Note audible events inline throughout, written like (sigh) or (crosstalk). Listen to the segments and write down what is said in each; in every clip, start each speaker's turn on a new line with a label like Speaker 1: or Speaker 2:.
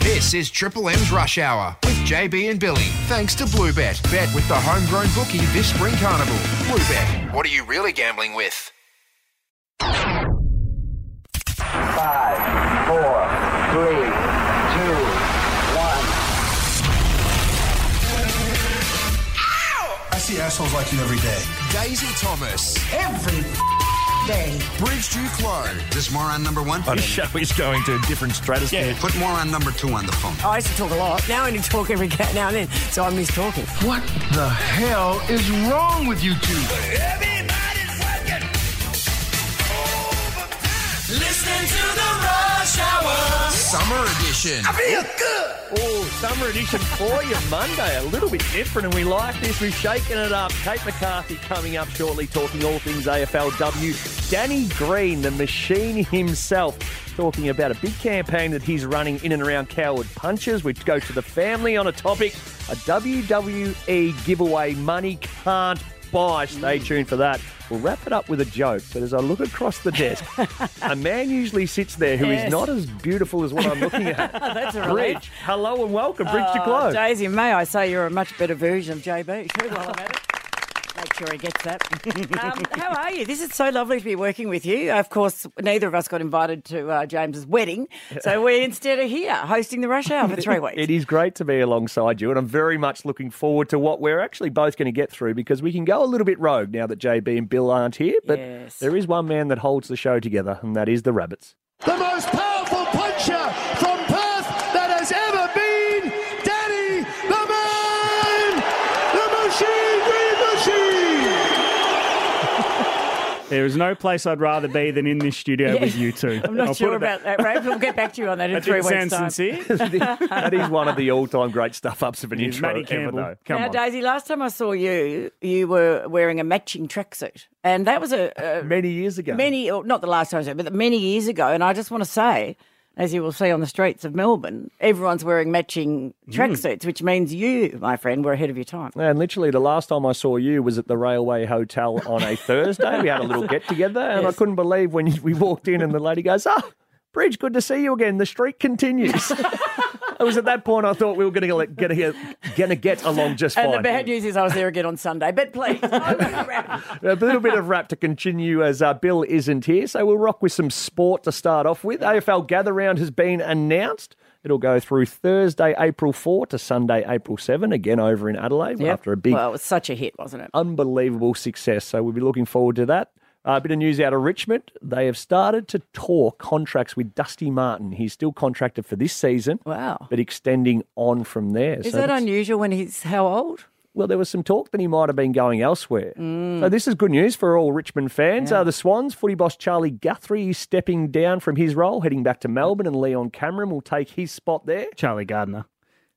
Speaker 1: This is Triple M's Rush Hour with JB and Billy. Thanks to Bluebet. Bet with the homegrown bookie this spring carnival. Bluebet. What are you really gambling with?
Speaker 2: Five, four, three, two, one.
Speaker 3: I see assholes like you every day.
Speaker 1: Daisy Thomas.
Speaker 4: every day.
Speaker 1: Bridge Drew Clow.
Speaker 5: This moron number one.
Speaker 6: This show is going to a different stratosphere.
Speaker 5: Put moron number two on the phone.
Speaker 4: I used to talk a lot. Now I only talk
Speaker 7: (laughs)
Speaker 4: every cat now and then, so I miss talking.
Speaker 8: What the hell is wrong with you two?
Speaker 1: Summer edition.
Speaker 6: Oh, summer edition for your Monday. A little bit different, and we like this. We've shaken it up. Kate McCarthy coming up shortly, talking all things AFLW. Danny Green, the machine himself, talking about a big campaign that he's running in and around Coward Punches. We go to the family on a topic a WWE giveaway money can't buy. Stay tuned for that. We'll wrap it up with a joke. But as I look across the desk, a man usually sits there who is
Speaker 7: Yes.
Speaker 6: not as beautiful as what I'm looking at.
Speaker 7: (laughs) Oh, That's a relief.
Speaker 6: Bridge, hello and welcome. Bridge to
Speaker 7: Oh,
Speaker 6: Glow.
Speaker 7: Daisy, may I say you're a much better version of JB too while I'm at it. Make sure he gets that. (laughs) um, how are you? This is so lovely to be working with you. Of course, neither of us got invited to uh, James's wedding, so we instead are here hosting the rush hour for
Speaker 6: (laughs)
Speaker 7: three weeks.
Speaker 6: It is great to be alongside you, and I'm very much looking forward to what we're actually both going to get through because we can go a little bit rogue now that JB and Bill aren't here. But
Speaker 7: Yes.
Speaker 6: there is one man that holds the show together, and that is the Rabbits.
Speaker 8: The most powerful puncher from Perth that has ever been Danny the Man, the Machine Green Machine.
Speaker 9: There is no place I'd rather be than in this studio with you two.
Speaker 7: (laughs) I'm not
Speaker 9: I'll
Speaker 7: sure
Speaker 9: put it that-
Speaker 7: about that, Ray. We'll get back to you on that in
Speaker 9: That
Speaker 7: three weeks'
Speaker 9: didn't sound
Speaker 7: time. (laughs)
Speaker 9: sincere.
Speaker 6: that is one of the all-time great stuff-ups of an intro
Speaker 9: Matty
Speaker 6: ever,
Speaker 9: Campbell,
Speaker 6: though.
Speaker 9: come
Speaker 7: now,
Speaker 9: on.
Speaker 7: Daisy, last time I saw you, you were wearing a matching tracksuit, and that was a, a
Speaker 6: Many years ago.
Speaker 7: many, or not the last time I saw, but many years ago. And I just want to say, as you will see on the streets of Melbourne, everyone's wearing matching
Speaker 6: Hmm.
Speaker 7: tracksuits, which means you, my friend, were ahead of your time.
Speaker 6: And literally, the last time I saw you was at the Railway Hotel on a Thursday. We had
Speaker 7: (laughs)
Speaker 6: a little get together, and I
Speaker 7: Yes.
Speaker 6: couldn't believe when we walked in, and the lady goes, "Ah, Bridge, good to see you again. The streak
Speaker 7: (laughs)
Speaker 6: continues." it was at that point I thought we were going to get gonna get gonna get along just
Speaker 7: And the
Speaker 6: fine.
Speaker 7: bad news is I was there again on Sunday. But
Speaker 6: (laughs)
Speaker 7: please, I will wrap.
Speaker 6: a little bit of rap to continue as uh, Bill isn't here, so we'll rock with some sport to start off with. AFL Gather Round has been announced. It'll go through Thursday, April 4 to Sunday, April 7, again over in Adelaide
Speaker 7: Yep.
Speaker 6: after a big
Speaker 7: Well, it was such a hit, wasn't it?
Speaker 6: unbelievable success. So we'll be looking forward to that. Uh, a bit of news out of Richmond. They have started to tour contracts with Dusty Martin. He's still contracted for this season.
Speaker 7: Wow.
Speaker 6: But extending on from there.
Speaker 7: Is that
Speaker 6: that's-
Speaker 7: unusual when he's how old?
Speaker 6: Well, there was some talk that he might have been going elsewhere.
Speaker 7: Mm.
Speaker 6: So this is good news for all Richmond fans. Uh, the Swans, footy boss Charlie Guthrie is stepping down from his role, heading back to Melbourne, and Leon Cameron will take his spot there.
Speaker 9: Charlie Gardner,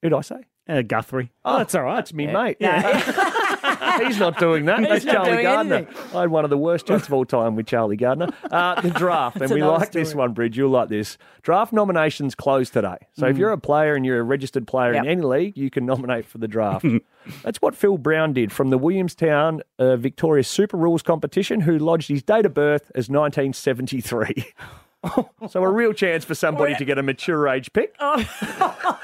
Speaker 6: Who'd I say?
Speaker 9: uh, Guthrie.
Speaker 6: Oh, that's all right. It's me, mate. (laughs) He's not doing that. That's
Speaker 7: not
Speaker 6: Charlie
Speaker 7: doing
Speaker 6: Gardner.
Speaker 7: anything.
Speaker 6: I had one of the worst chats of all time with Charlie Gardner. Uh,
Speaker 7: (laughs)
Speaker 6: the draft, and we
Speaker 7: another
Speaker 6: like this
Speaker 7: story.
Speaker 6: one, Bridge. You'll like this. Draft nominations close today. So if you're a player and you're a registered player in
Speaker 7: Mm. Yep.
Speaker 6: any league, you can nominate for
Speaker 7: (laughs)
Speaker 6: the draft. That's what Phil Brown did from the Williamstown uh, Victoria Super Rules competition, who lodged his date of birth as
Speaker 7: (laughs)
Speaker 6: 1973. so a real chance for somebody to get a mature age pick.
Speaker 7: (laughs)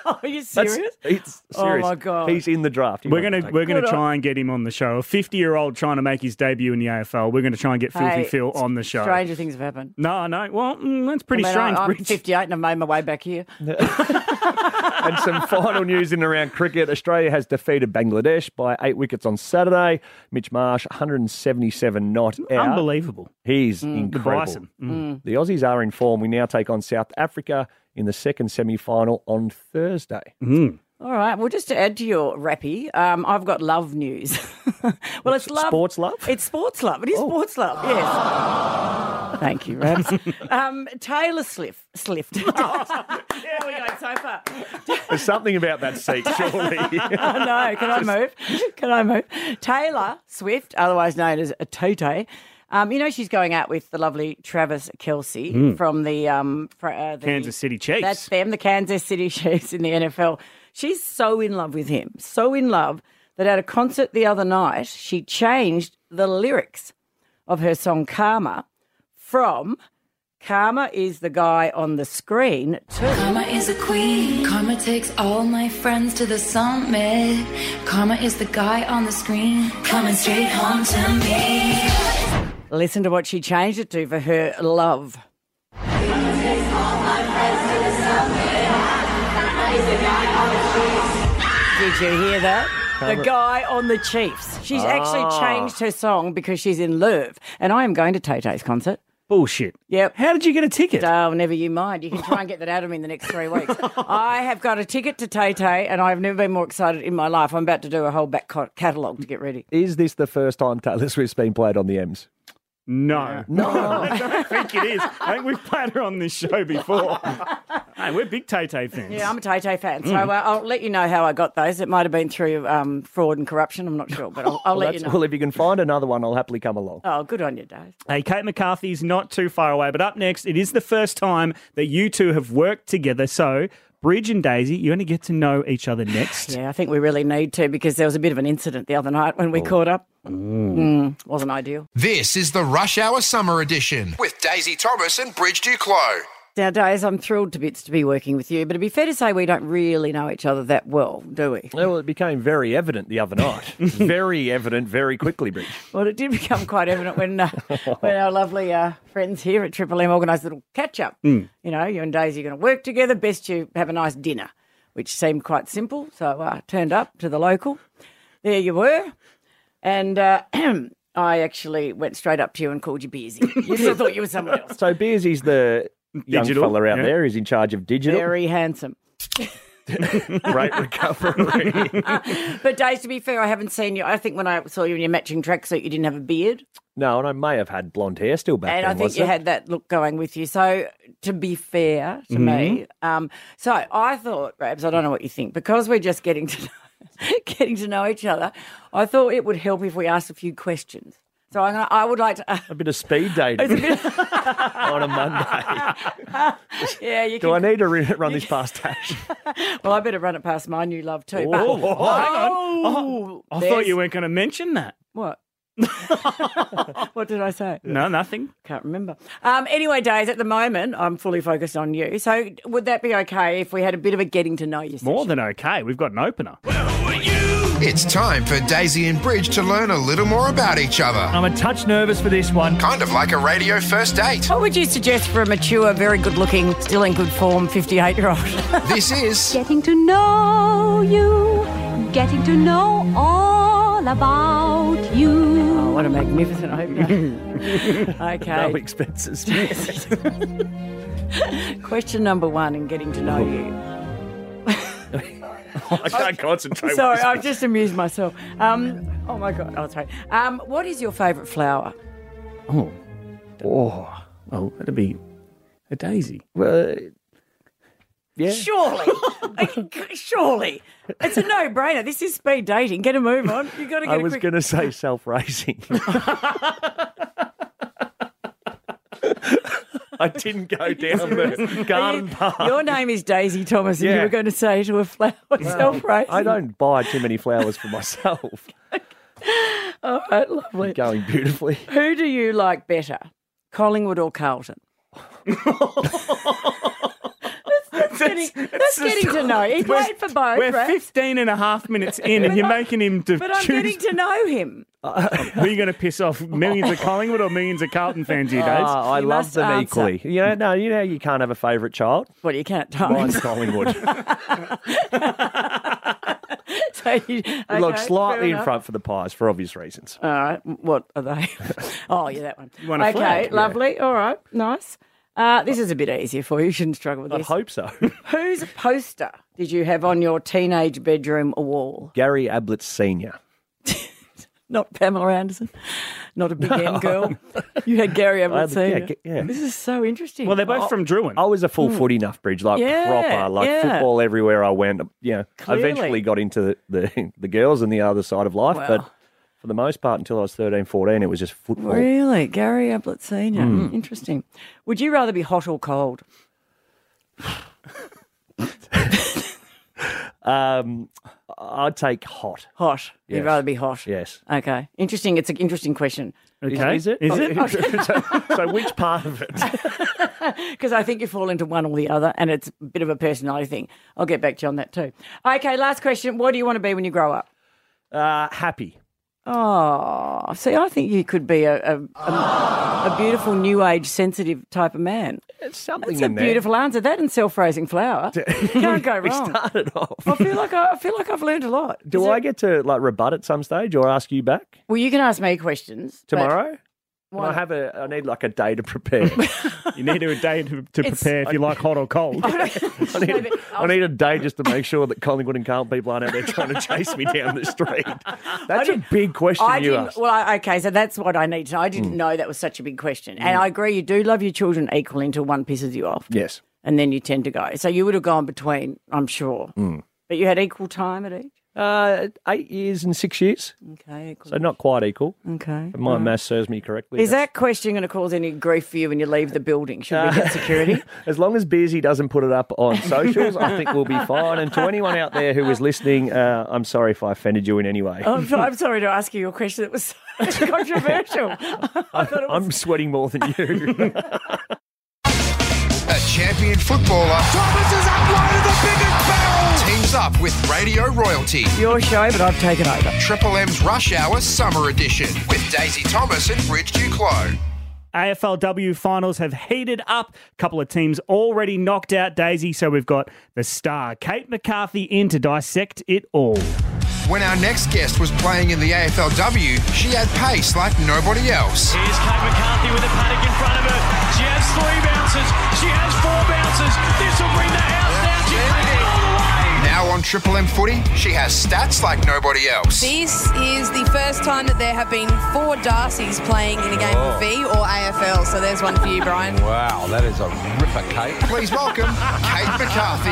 Speaker 7: Are you
Speaker 6: That's-
Speaker 7: serious?
Speaker 6: It's
Speaker 7: Oh,
Speaker 6: serious.
Speaker 7: my God.
Speaker 6: He's in the draft. He
Speaker 9: We're
Speaker 6: won't
Speaker 9: gonna
Speaker 6: take it.
Speaker 9: we're gonna
Speaker 7: Good on-
Speaker 9: try and get him on the show. A fifty year old trying to make his debut in the AFL. We're gonna try and get Filthy
Speaker 7: Hey,
Speaker 9: Phil on the show.
Speaker 7: Stranger things have happened.
Speaker 9: No, no. Well, mm, that's pretty
Speaker 7: I mean,
Speaker 9: strange.
Speaker 7: I, am
Speaker 9: Bridge.
Speaker 7: 58 and I've made my way back
Speaker 6: (laughs)
Speaker 7: here.
Speaker 6: And some final news in and around cricket. Australia has defeated Bangladesh by eight wickets on Saturday. Mitch Marsh, 177 not out.
Speaker 9: Unbelievable. Mm.
Speaker 6: He's
Speaker 9: The
Speaker 6: incredible.
Speaker 9: Bryson. Mm.
Speaker 6: The Aussies are in form. We now take on South Africa in the second semi final on Thursday.
Speaker 9: Mm.
Speaker 7: All right. Well, just to add to your rappy, um, I've got love news. (laughs) well, it's love.
Speaker 6: sports love? Oh.
Speaker 7: It's sports love. It is sports love. Yes. (gasps) Thank you, Rabs. um, Taylor Swift.
Speaker 9: (laughs)
Speaker 7: Swift. (laughs) There
Speaker 9: Oh,
Speaker 7: we go. So far.
Speaker 6: (laughs) There's something about
Speaker 7: (laughs)
Speaker 6: that seat, surely.
Speaker 7: Oh, no. Can I
Speaker 9: (laughs)
Speaker 7: move? Can I move? Taylor Swift, otherwise known as a Tete. Um, you know she's going out with the lovely Travis Kelsey from the, um, fr- uh, the
Speaker 9: Hmm. Kansas City Chiefs.
Speaker 7: That's them, the Kansas City (laughs) Chiefs in the NFL. She's so in love with him, so in love that at a concert the other night, she changed the lyrics of her song Karma from Karma is the guy on the screen too.
Speaker 3: Karma is a queen. Karma takes all my friends to the summit. Karma is the guy on the screen. Coming straight home to me.
Speaker 7: Listen to what she changed it to for her love. Did you hear that? The guy on the Chiefs. She's
Speaker 9: Ah.
Speaker 7: actually changed her song because she's in love. And I am going to Tay Tay's concert.
Speaker 9: Bullshit.
Speaker 7: Yep.
Speaker 9: How did you get a ticket?
Speaker 7: Oh, never you mind. You can try and get that out of me in the next three
Speaker 9: (laughs)
Speaker 7: weeks. I have got a ticket to Tay Tay, and I've never been more excited in my life. I'm about to do a whole back co- catalogue to get ready.
Speaker 6: Is this the first time Taylor Swift's been played on the M's?
Speaker 9: No. (laughs) No. I don't think it
Speaker 7: (laughs)
Speaker 9: is. I think we've played her on this show before. hey, we're big Tay Tay fans.
Speaker 7: Yeah, I'm a Tay Tay fan,
Speaker 9: Mm.
Speaker 7: so uh, I'll let you know how I got those. It might have been through um, fraud and corruption. I'm not sure, but I'll, I'll let you know.
Speaker 6: Well, if you can find another one, I'll happily come along.
Speaker 7: Oh, good on you, Dave.
Speaker 9: Hey, Kate McCarthy's not too far away, but up next, it is the first time that you two have worked together. So, Bridge and Daisy, you're going to get to know
Speaker 7: (sighs)
Speaker 9: each other next.
Speaker 7: Yeah, I think we really need to because there was a bit of an incident the other night
Speaker 9: Oh.
Speaker 7: when we caught up. Mm, wasn't ideal.
Speaker 1: This is the Rush Hour Summer Edition with Daisy Thomas and Bridge Duclos.
Speaker 7: Now, Days, I'm thrilled to bits to be working with you, but it'd be fair to say we don't really know each other that well, do we?
Speaker 6: Well, it became very evident the
Speaker 9: (laughs)
Speaker 6: other night. very evident, very quickly, Bridge.
Speaker 7: Well, it did (laughs) become quite evident when uh, when our lovely uh, friends here at Triple M organised a little catch up.
Speaker 9: Mm.
Speaker 7: You know, you and Daisy are going to work together. Best you have a nice dinner, which seemed quite simple. So I turned up to the local. There you were, and uh, (clears throat) I actually went straight up to you and called you (laughs) Beersy. You still thought you were someone else.
Speaker 6: So Beers is the young
Speaker 9: Digital,
Speaker 6: fella out
Speaker 9: yeah.
Speaker 6: there who's in charge of digital.
Speaker 7: Very
Speaker 6: (laughs)
Speaker 7: handsome.
Speaker 6: Great recovery.
Speaker 7: (laughs) But Days, to be fair, I haven't seen you. I think when I saw you in your matching tracksuit, you didn't have a beard.
Speaker 6: no, and I may have had blonde hair still back
Speaker 7: and
Speaker 6: then.
Speaker 7: I think
Speaker 6: was
Speaker 7: you
Speaker 6: it?
Speaker 7: had that look going with you. So, to be fair
Speaker 6: Mm-hmm.
Speaker 7: to me, um, so I thought, Rabs, I don't know what you think, because we're just getting to know, (laughs) getting to know each other. I thought it would help if we asked a few questions. So I'm gonna, I would like to. (laughs)
Speaker 6: a bit of speed dating (laughs) on a Monday.
Speaker 7: yeah, (laughs) you
Speaker 6: Do I
Speaker 7: can.
Speaker 6: need to re- run
Speaker 7: (laughs)
Speaker 6: this past Tash?
Speaker 7: well, I better run it past my new love too.
Speaker 9: Oh,
Speaker 7: but,
Speaker 9: hang on.
Speaker 7: Oh,
Speaker 9: I
Speaker 7: there's-
Speaker 9: thought you weren't going to mention that. (laughs)
Speaker 7: what? what did I say?
Speaker 9: No, nothing.
Speaker 7: Can't remember. Um, anyway, Days, at the moment, I'm fully focused on you. So, would that be okay if we had a bit of a getting to know you session?
Speaker 9: More than okay. We've got an opener.
Speaker 1: It's time for Daisy and Bridge to learn a little more about each other.
Speaker 10: I'm a touch nervous for this one.
Speaker 1: Kind of like a radio first date.
Speaker 7: What would you suggest for a mature, very good looking, still in good form 58 year
Speaker 9: (laughs)
Speaker 7: old?
Speaker 1: This is
Speaker 3: Getting to know you. Getting to know all about you.
Speaker 9: Oh,
Speaker 7: what a magnificent opener. (laughs) okay.
Speaker 9: (laughs)
Speaker 6: No expenses.
Speaker 7: (laughs) Question number one in getting to know
Speaker 9: Oh. (laughs)
Speaker 7: you.
Speaker 6: (laughs) I can't concentrate.
Speaker 7: Sorry, I've just amused myself.
Speaker 9: (laughs)
Speaker 7: Um, oh my God. Oh, sorry. Um, what is your favourite flower?
Speaker 9: Oh. Oh. Oh, that'd be a daisy.
Speaker 6: Well, yeah.
Speaker 7: Surely.
Speaker 6: (laughs)
Speaker 7: Surely. It's a no brainer. This is speed dating. Get a move on. you got to
Speaker 6: I
Speaker 7: get a
Speaker 6: was
Speaker 7: quick.
Speaker 6: going to
Speaker 7: (laughs)
Speaker 6: say self raising. I
Speaker 7: (laughs)
Speaker 6: didn't go down the garden path.
Speaker 7: Your name is Daisy Thomas, and you
Speaker 6: Yeah.
Speaker 7: were going to say to a flower self raising.
Speaker 6: I don't buy too many flowers for myself.
Speaker 7: All right, lovely.
Speaker 6: Going beautifully.
Speaker 7: Who do you like better, Collingwood or Carlton? (laughs) that's that's getting, that's getting to know. He played for both,
Speaker 9: We're
Speaker 7: right?
Speaker 9: 15 and a half minutes in, and you're making him to
Speaker 7: But I'm
Speaker 9: choose.
Speaker 7: getting to know him.
Speaker 9: (laughs) Who are you going to piss off? Millions of Collingwood or millions of Carlton fans these days?
Speaker 6: Ah, I
Speaker 7: You
Speaker 6: love
Speaker 7: must
Speaker 6: them
Speaker 7: answer.
Speaker 6: equally. You know, no, you know, how you can't have a favourite child.
Speaker 7: Well, you can't
Speaker 6: Mine's
Speaker 7: time. (laughs)
Speaker 6: (laughs) Collingwood.
Speaker 7: so you,
Speaker 6: Look,
Speaker 7: okay, fair
Speaker 6: slightly in
Speaker 7: enough.
Speaker 6: front for the Pies for obvious reasons.
Speaker 7: All right, what are they? (laughs) oh, yeah, that one.
Speaker 9: want a
Speaker 7: okay,
Speaker 9: flag,
Speaker 7: lovely. All right, nice. Uh, this is a bit easier for you. You shouldn't struggle with
Speaker 6: I
Speaker 7: this.
Speaker 6: hope so.
Speaker 7: (laughs) Whose poster did you have on your teenage bedroom wall?
Speaker 6: Gary Ablett Senior.
Speaker 7: Not Pamela Anderson. Not a big M girl. (laughs) You had Gary
Speaker 6: I had
Speaker 7: Ablett
Speaker 6: the- yeah,
Speaker 7: Senior.
Speaker 6: Ga- yeah.
Speaker 7: This is so interesting.
Speaker 9: (laughs)
Speaker 7: Oh,
Speaker 9: well, they're both from Druin.
Speaker 6: I was a full foot enough bridge, like
Speaker 7: Hmm. Yeah,
Speaker 6: proper, like
Speaker 7: yeah.
Speaker 6: football everywhere I went. Yeah,
Speaker 7: Clearly.
Speaker 6: eventually got into the, the the girls and the other side of life,
Speaker 7: Wow.
Speaker 6: but for the most part, until I was 13, 14, it was just football.
Speaker 7: Really? Gary Ablett Senior. Hmm, Interesting. Would you rather be hot or cold?
Speaker 6: Um, I'd take hot.
Speaker 7: Hot. You'd
Speaker 6: Yes.
Speaker 7: rather be hot.
Speaker 6: Yes.
Speaker 7: Okay. Interesting. It's an interesting question. Oh,
Speaker 9: Okay.
Speaker 11: Is, is it?
Speaker 9: Is it?
Speaker 6: (laughs)
Speaker 11: so, so which part of it?
Speaker 7: Because I think you fall into one or the other, and it's a bit of a personality thing. I'll get back to you on that too. Okay, last question. What do you want to be when you grow up?
Speaker 6: Uh, happy.
Speaker 7: Oh, see, I think you could be a, a, a, a beautiful, new age, sensitive type of man.
Speaker 6: It's something
Speaker 7: That's a
Speaker 6: in there.
Speaker 7: beautiful answer. That and self raising flour. Can't go
Speaker 6: (laughs) We
Speaker 7: wrong.
Speaker 6: started off.
Speaker 7: I feel like I, I feel like I've learned a lot.
Speaker 6: (laughs) Do
Speaker 7: Is
Speaker 6: I
Speaker 7: it-
Speaker 6: get to like rebut at some stage or ask you back
Speaker 7: Well, you can ask me questions but
Speaker 6: tomorrow? Can
Speaker 7: Why
Speaker 6: I
Speaker 7: not?
Speaker 6: have a. I need like a day
Speaker 7: (laughs)
Speaker 6: to prepare.
Speaker 9: You need a day to, to
Speaker 7: It's-
Speaker 9: prepare if you like hot or
Speaker 7: (laughs)
Speaker 9: cold.
Speaker 6: (laughs) I need, I need a day just to make sure that Collingwood and Carlton people aren't out there trying to chase me down
Speaker 7: (laughs)
Speaker 6: the street. That's a big question
Speaker 7: I
Speaker 6: you
Speaker 7: didn't.
Speaker 6: asked.
Speaker 7: Well, I, okay, so that's what I need to know. I didn't know that was such a big question, and I agree. You do love your children equally until one pisses you off,
Speaker 6: yes.
Speaker 7: and then you tend to go. So you would have gone between, I'm sure.
Speaker 6: Mm.
Speaker 7: But you had equal time at each.
Speaker 6: Uh, eight years and six years,
Speaker 7: Okay, equal.
Speaker 6: so not quite equal.
Speaker 7: okay.
Speaker 6: If my math serves me correctly.
Speaker 7: Is
Speaker 6: that's-
Speaker 7: that question going to cause any grief for you when you leave the building? Should we get security?
Speaker 6: (laughs) As long as Beersy doesn't put it up on socials, I think we'll be fine. And to anyone out there who was listening, uh, I'm sorry if I offended you in any way.
Speaker 7: (laughs) I'm, so- I'm sorry to ask you a question that was so (laughs) controversial. I thought it was
Speaker 6: (laughs) I'm sweating more than
Speaker 7: (laughs)
Speaker 6: you.
Speaker 1: A champion footballer. Thomas is up one of the biggest barrels. Teams up with Radio Royalty.
Speaker 7: your show, but I've taken over.
Speaker 1: Triple M's Rush Hour Summer Edition with Daisy Thomas and Bridge Duclos.
Speaker 9: AFLW finals have heated up. A couple of teams already knocked out Daisy, so we've got the star, Kate McCarthy, in to dissect it all.
Speaker 1: When our next guest was playing in the AFLW, she had pace like nobody else.
Speaker 12: Here's Kate McCarthy with a paddock in front of her. She has three bounces. She has four bounces. This will bring the house down. She takes it all the way.
Speaker 1: Now on Triple M footy, she has stats like nobody else.
Speaker 13: This is the first time that there have been four Darcys playing in a game of V
Speaker 14: Oh.
Speaker 13: or AFL. So there's one for you, Brian.
Speaker 5: Wow, that is a ripper, Kate.
Speaker 1: Please welcome Kate McCarthy.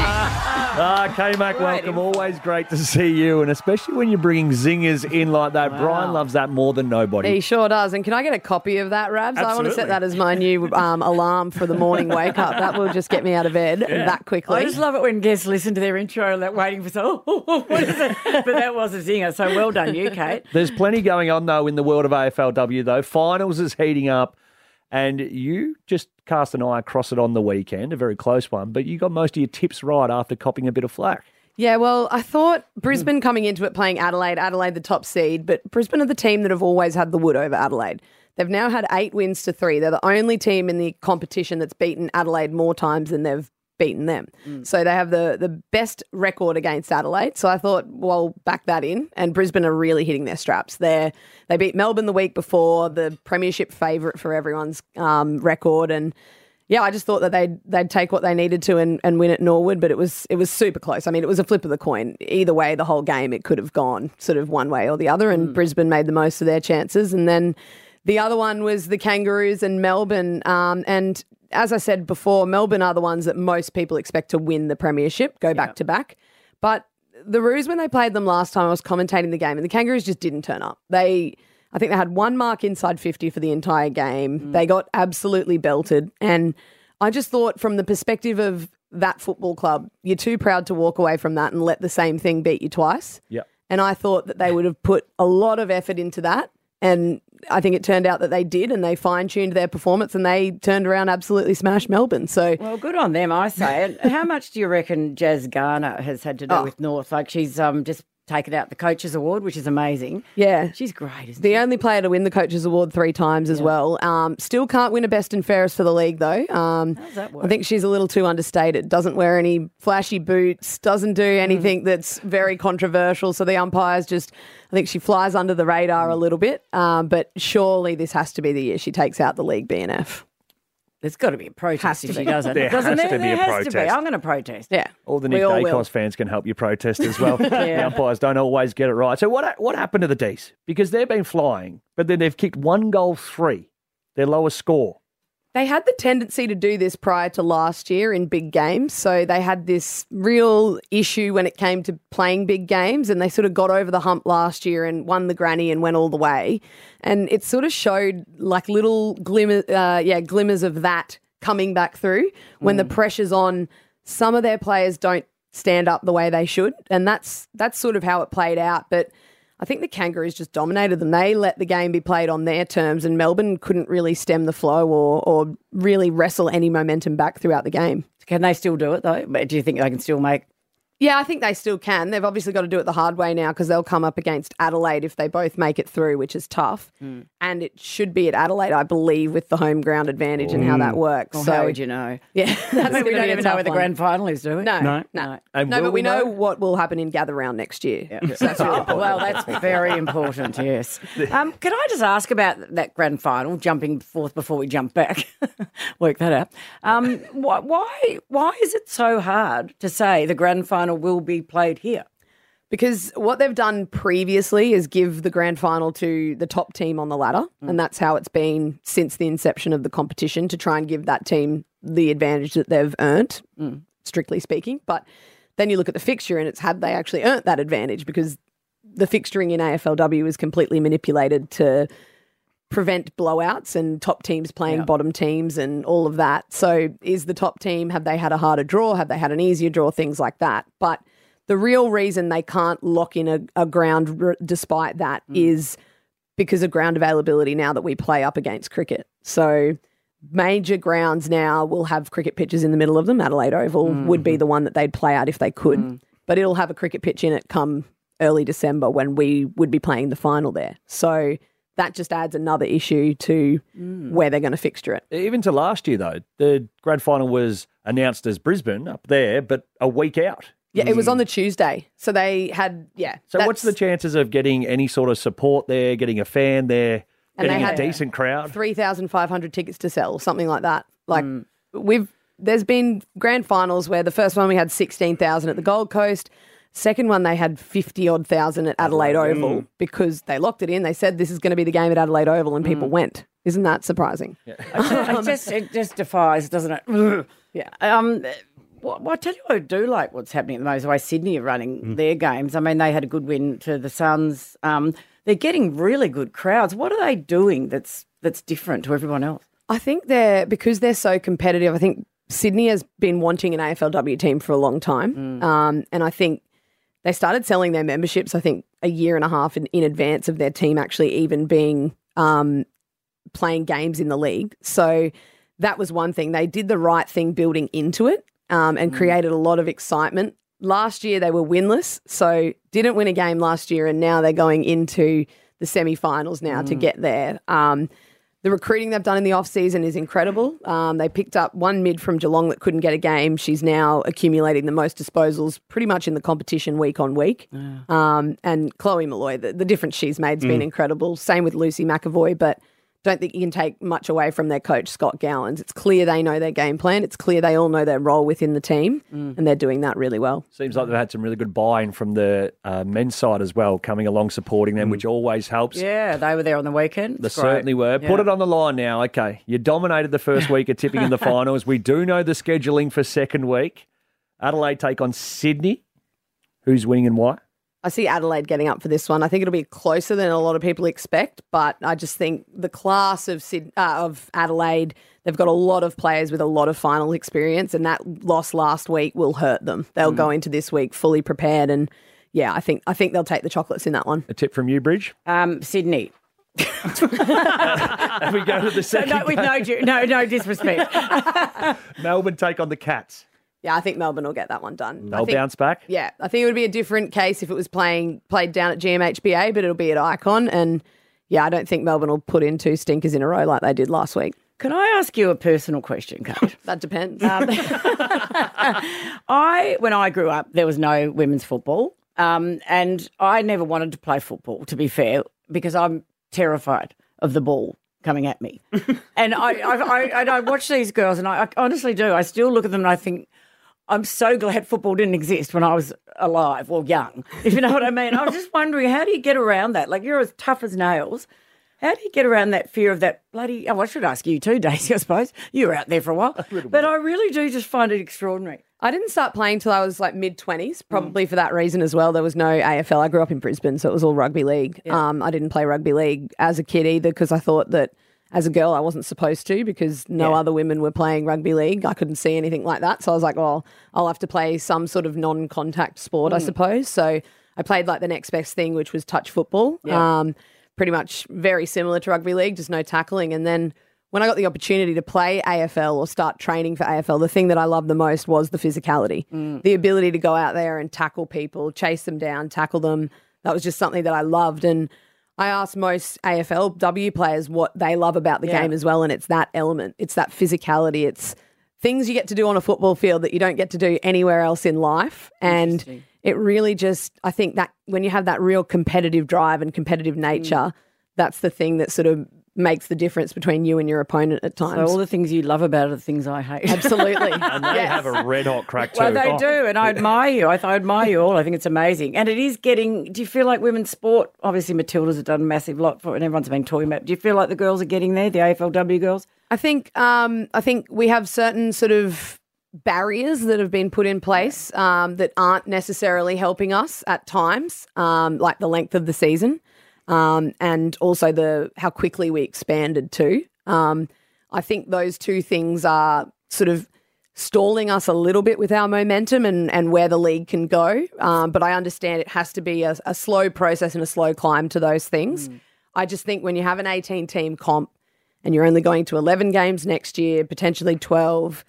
Speaker 6: Ah, K Mac, welcome. Always great to see you, and especially when you're bringing zingers in like that. Brian loves that more than
Speaker 14: He
Speaker 6: nobody.
Speaker 14: sure does. And can I get a copy of that, Rabs? I want to
Speaker 9: Absolutely.
Speaker 14: set that as my new um, alarm for the morning wake up. That will just get me out of bed that
Speaker 7: I
Speaker 14: quickly.
Speaker 7: just love it when guests listen to their intro and they're waiting for so, (laughs) oh, oh, what is it? But that was a zinger. So well done, you, Kate.
Speaker 6: There's plenty going on though in the world of AFLW though. Finals is heating up, and you just cast an eye across it on the weekend, a very close one. But you got most of your tips right after copping a bit of flack.
Speaker 14: Yeah, well, I thought Brisbane coming into it playing Adelaide, Adelaide the top seed, but Brisbane are the team that have always had the wood over Adelaide. They've now had eight wins to three. They're the only team in the competition that's beaten Adelaide more times than they've beaten them. So they have the the best record against Adelaide. So I thought, well, back that in. And Brisbane are really hitting their straps. They they beat Melbourne the week before, the premiership favourite for everyone's um, record, and yeah, I just thought that they'd they'd take what they needed to and, and win at Norwood, but it was it was super close. I mean, it was a flip of the coin. Either way, the whole game it could have gone sort of one way or the other, and Brisbane made the most of their chances. And then the other one was the Kangaroos and Melbourne. Um, and as I said before, Melbourne are the ones that most people expect to win the premiership, go back to back. But the Roos, when they played them last time, I was commentating the game, and the Kangaroos just didn't turn up. They, I think, they had one mark inside fifty for the entire game. They got absolutely belted, and I just thought, from the perspective of that football club, you're too proud to walk away from that and let the same thing beat you twice.
Speaker 6: Yep.
Speaker 14: And I thought that they would have put a lot of effort into that. And I think it turned out that they did, and they fine tuned their performance and they turned around absolutely smashed Melbourne. So,
Speaker 7: Well, good on them, I say. And
Speaker 14: (laughs)
Speaker 7: how much do you reckon Jazz Garner has had to do
Speaker 14: Oh.
Speaker 7: with North? Like she's um, just taken out the coaches award, which is amazing.
Speaker 14: yeah.
Speaker 7: She's great, isn't
Speaker 14: The only player to win the Coaches Award three times as well. Um, still can't win a best and fairest for the league, though. Um,
Speaker 7: does that
Speaker 14: I think she's a little too understated. Doesn't wear any flashy boots, doesn't do
Speaker 7: Mm.
Speaker 14: anything that's very controversial. So the umpires just, I think she flies under the radar a
Speaker 7: Mm.
Speaker 14: little bit. Um, but surely this has to be the year she takes out the league BNF.
Speaker 7: There's got to be a protest if she doesn't.
Speaker 6: There
Speaker 7: doesn't
Speaker 6: has
Speaker 7: there?
Speaker 6: to be
Speaker 7: there
Speaker 6: a
Speaker 7: has to be.
Speaker 6: protest.
Speaker 7: I'm going to protest.
Speaker 14: Yeah.
Speaker 6: All the
Speaker 14: We
Speaker 6: Nick
Speaker 14: all will.
Speaker 6: Dacos fans can help you protest as
Speaker 14: (laughs)
Speaker 6: well. The umpires don't always get it right. So what what happened to the D's? Because they've been flying, but then they've kicked one goal three, their lowest score.
Speaker 14: They had the tendency to do this prior to last year in big games. So they had this real issue when it came to playing big games, and they sort of got over the hump last year and won the granny and went all the way. And it sort of showed like little glimmer, uh, yeah, glimmers of that coming back through when the pressure's on. Some of their players don't stand up the way they should, and that's that's sort of how it played out. But I think the Kangaroos just dominated them. They let the game be played on their terms, and Melbourne couldn't really stem the flow or, or really wrestle any momentum back throughout the game.
Speaker 7: Can they still do it though? But Do you think they can still make?
Speaker 14: Yeah, I think they still can. They've obviously got to do it the hard way now because they'll come up against Adelaide if they both make it through, which is tough. And it should be at Adelaide, I believe, with the home ground advantage and how
Speaker 6: Mm.
Speaker 14: that works.
Speaker 7: Well,
Speaker 14: so
Speaker 7: how would you know?
Speaker 14: (laughs) Yeah,
Speaker 7: I mean, we
Speaker 14: gonna
Speaker 7: don't
Speaker 14: be a
Speaker 7: even know
Speaker 14: tough
Speaker 7: where the
Speaker 14: one.
Speaker 7: grand final is, do we?
Speaker 14: No, no, no.
Speaker 7: And will
Speaker 14: but we
Speaker 7: we know?
Speaker 14: know, what will happen in gather round next year. So (laughs) that's really
Speaker 7: Oh,
Speaker 14: important.
Speaker 7: well, that's very important.
Speaker 14: (laughs)
Speaker 7: Yes. Um, can I just ask about that grand final? Jumping forth before we jump back, (laughs) work that out. Um, why, why? Why is it so hard to say the grand final will be
Speaker 14: (laughs)
Speaker 7: played here?
Speaker 14: Because what they've done previously is give the grand final to the top team on the ladder,
Speaker 7: Mm.
Speaker 14: and that's how it's been since the inception of the competition to try and give that team the advantage that they've earned, strictly speaking. But then you look at the fixture, and it's had they actually earned that advantage because the fixturing in AFLW is completely manipulated to prevent blowouts and top teams playing bottom teams and all of that. So, is the top team, have they had a harder draw? Have they had an easier draw? Things like that. But the real reason they can't lock in a, a ground r- despite that is because of ground availability now that we play up against cricket. So, major grounds now will have cricket pitches in the middle of them. Adelaide Oval would
Speaker 6: Mm-hmm.
Speaker 14: be the one that they'd play out if they could,
Speaker 6: Mm.
Speaker 14: but it'll have a cricket pitch in it come early December when we would be playing the final there. So, that just adds another issue to
Speaker 6: Mm.
Speaker 14: where they're going to fixture it.
Speaker 6: Even to last year, though, the grand final was announced as Brisbane up there, but a week out.
Speaker 14: Yeah, it was on the Tuesday. So, they had, yeah.
Speaker 6: Mm. So, what's the chances of getting any sort of support there, getting a fan there,
Speaker 14: And they
Speaker 6: getting a
Speaker 14: had-
Speaker 6: decent crowd?
Speaker 14: 3,500 tickets to sell, something like that. Like we've there's been grand finals where the first one we had 16,000 at the Gold Coast, second one they had 50 odd thousand at Adelaide Oval because they locked it in. They said this is going to be the game at Adelaide Oval and people went. Isn't that surprising? (laughs)
Speaker 7: it just it just defies, doesn't it? yeah. Um, well, well, I tell you, what I do like what's happening at the moment. is the way Sydney are running
Speaker 14: Mm.
Speaker 7: their games. I mean, they had a good win to the Suns. Um, they're getting really good crowds. What are they doing that's that's different to everyone else?
Speaker 14: I think they're because they're so competitive. I think Sydney has been wanting an AFLW team for a long time, um, and I think they started selling their memberships. I think a year and a half in, in advance of their team actually even being um, playing games in the league. So that was one thing they did the right thing building into it um, and created a lot of excitement. Last year they were winless, so didn't win a game last year, and now they're going into the semi-finals now to get there. Um, the recruiting they've done in the off season is incredible. Um, they picked up one mid from Geelong that couldn't get a game. She's now accumulating the most disposals pretty much in the competition week on week. Um, and Chloe Malloy, the, the difference she's made has been
Speaker 15: Mm.
Speaker 14: incredible. Same with Lucy McAvoy, but don't think you can take much away from their coach, Scott Gowans. It's clear they know their game plan. It's clear they all know their role within the team,
Speaker 6: Mm.
Speaker 14: and they're doing that really well.
Speaker 6: Seems like they've had some really good buy-in from the uh, men's side as well, coming along supporting
Speaker 14: Mm.
Speaker 6: them, which always helps.
Speaker 7: Yeah, they were there on the weekend.
Speaker 6: They
Speaker 7: It's great.
Speaker 6: certainly were. Put
Speaker 7: Yeah.
Speaker 6: it on the line now. Okay, you dominated the first week of
Speaker 7: (laughs)
Speaker 6: tipping in the finals. We do know the scheduling for second week. Adelaide take on Sydney. Who's winning and
Speaker 7: (laughs)
Speaker 6: why?
Speaker 14: I see Adelaide getting up for this one. I think it'll be closer than a lot of people expect, but I just think the class of Syd- uh, of Adelaide, they've got a lot of players with a lot of final experience, and that loss last week will hurt them.
Speaker 6: Mm.
Speaker 14: They'll go into this week fully prepared, and yeah, I think I think they'll take the chocolates in that one.
Speaker 6: A tip from you, Bridge.
Speaker 7: Um, Sydney.
Speaker 6: And we go to the
Speaker 7: So
Speaker 6: second.
Speaker 7: no, with no,
Speaker 6: game.
Speaker 7: ju- no, (laughs) no disrespect.
Speaker 6: (laughs) Melbourne take on the Cats.
Speaker 14: Yeah, I think Melbourne will get that one done.
Speaker 6: They'll
Speaker 14: I think-
Speaker 6: bounce back.
Speaker 14: Yeah, I think it would be a different case if it was playing played down at GMHBA, but it'll be at Icon, and yeah, I don't think Melbourne will put in two stinkers in a row like they did last week.
Speaker 7: Can I ask you a personal question,
Speaker 6: (laughs)
Speaker 7: Kate? (laughs)
Speaker 14: That depends.
Speaker 7: I, when I grew up, there was no women's football, um, and I never wanted to play football. To be fair, because I'm terrified of the ball coming at me, and I, I, I, and I watch these girls, and I, I honestly do. I still look at them and I think. I'm so glad football didn't exist when I was alive or young, (laughs) if you know what I mean. I was just wondering, how do you get around that? Like, you're as tough as nails. How do you get around that fear of that bloody? Oh, I should ask you too, Daisy. I suppose you were out there for a while, but I really do just find it extraordinary.
Speaker 14: I didn't start playing till I was like mid twenties,
Speaker 7: Mm.
Speaker 14: probably for that reason as well. There was no AFL. I grew up in Brisbane, so it was all rugby league. Um, I didn't play rugby league as a kid either because I thought that as a girl I wasn't supposed to because no other women were playing rugby league. I couldn't see anything like that, so I was like, well, I'll have to play some sort of non-contact sport, I suppose. So I played like the next best thing, which was touch football.
Speaker 15: Yeah.
Speaker 14: Um, pretty much very similar to rugby league, just no tackling. And then when I got the opportunity to play AFL or start training for AFL, the thing that I loved the most was the physicality,
Speaker 15: Mm.
Speaker 14: the ability to go out there and tackle people, chase them down, tackle them. That was just something that I loved. And I asked most AFLW players what they love about the
Speaker 15: Yeah.
Speaker 14: game as well. And it's that element, it's that physicality, it's things you get to do on a football field that you don't get to do anywhere else in life. And it really just, I think that when you have that real competitive drive and competitive
Speaker 7: Mm.
Speaker 14: nature, that's the thing that sort of makes the difference between you and your opponent at times.
Speaker 7: So all the things you love about it are the things I hate.
Speaker 14: (laughs) Absolutely.
Speaker 6: (laughs) And they have a red hot crack too.
Speaker 7: Well, they
Speaker 6: Oh.
Speaker 7: do, and I admire you. I, I admire you all. I think it's amazing, and it is getting. Do you feel like women's sport? Obviously, Matildas have done a massive lot for, it, and everyone's been talking about. it. Do you feel like the girls are getting there? The AFLW girls?
Speaker 14: I think um, I think we have certain sort of barriers that have been put in place um, that aren't necessarily helping us at times, um, like the length of the season, um, and also the how quickly we expanded too. Um, I think those two things are sort of stalling us a little bit with our momentum and, and where the league can go. Um, but I understand it has to be a, a slow process and a slow climb to those things. I just think when you have an 18 team comp and you're only going to 11 games next year, potentially 12,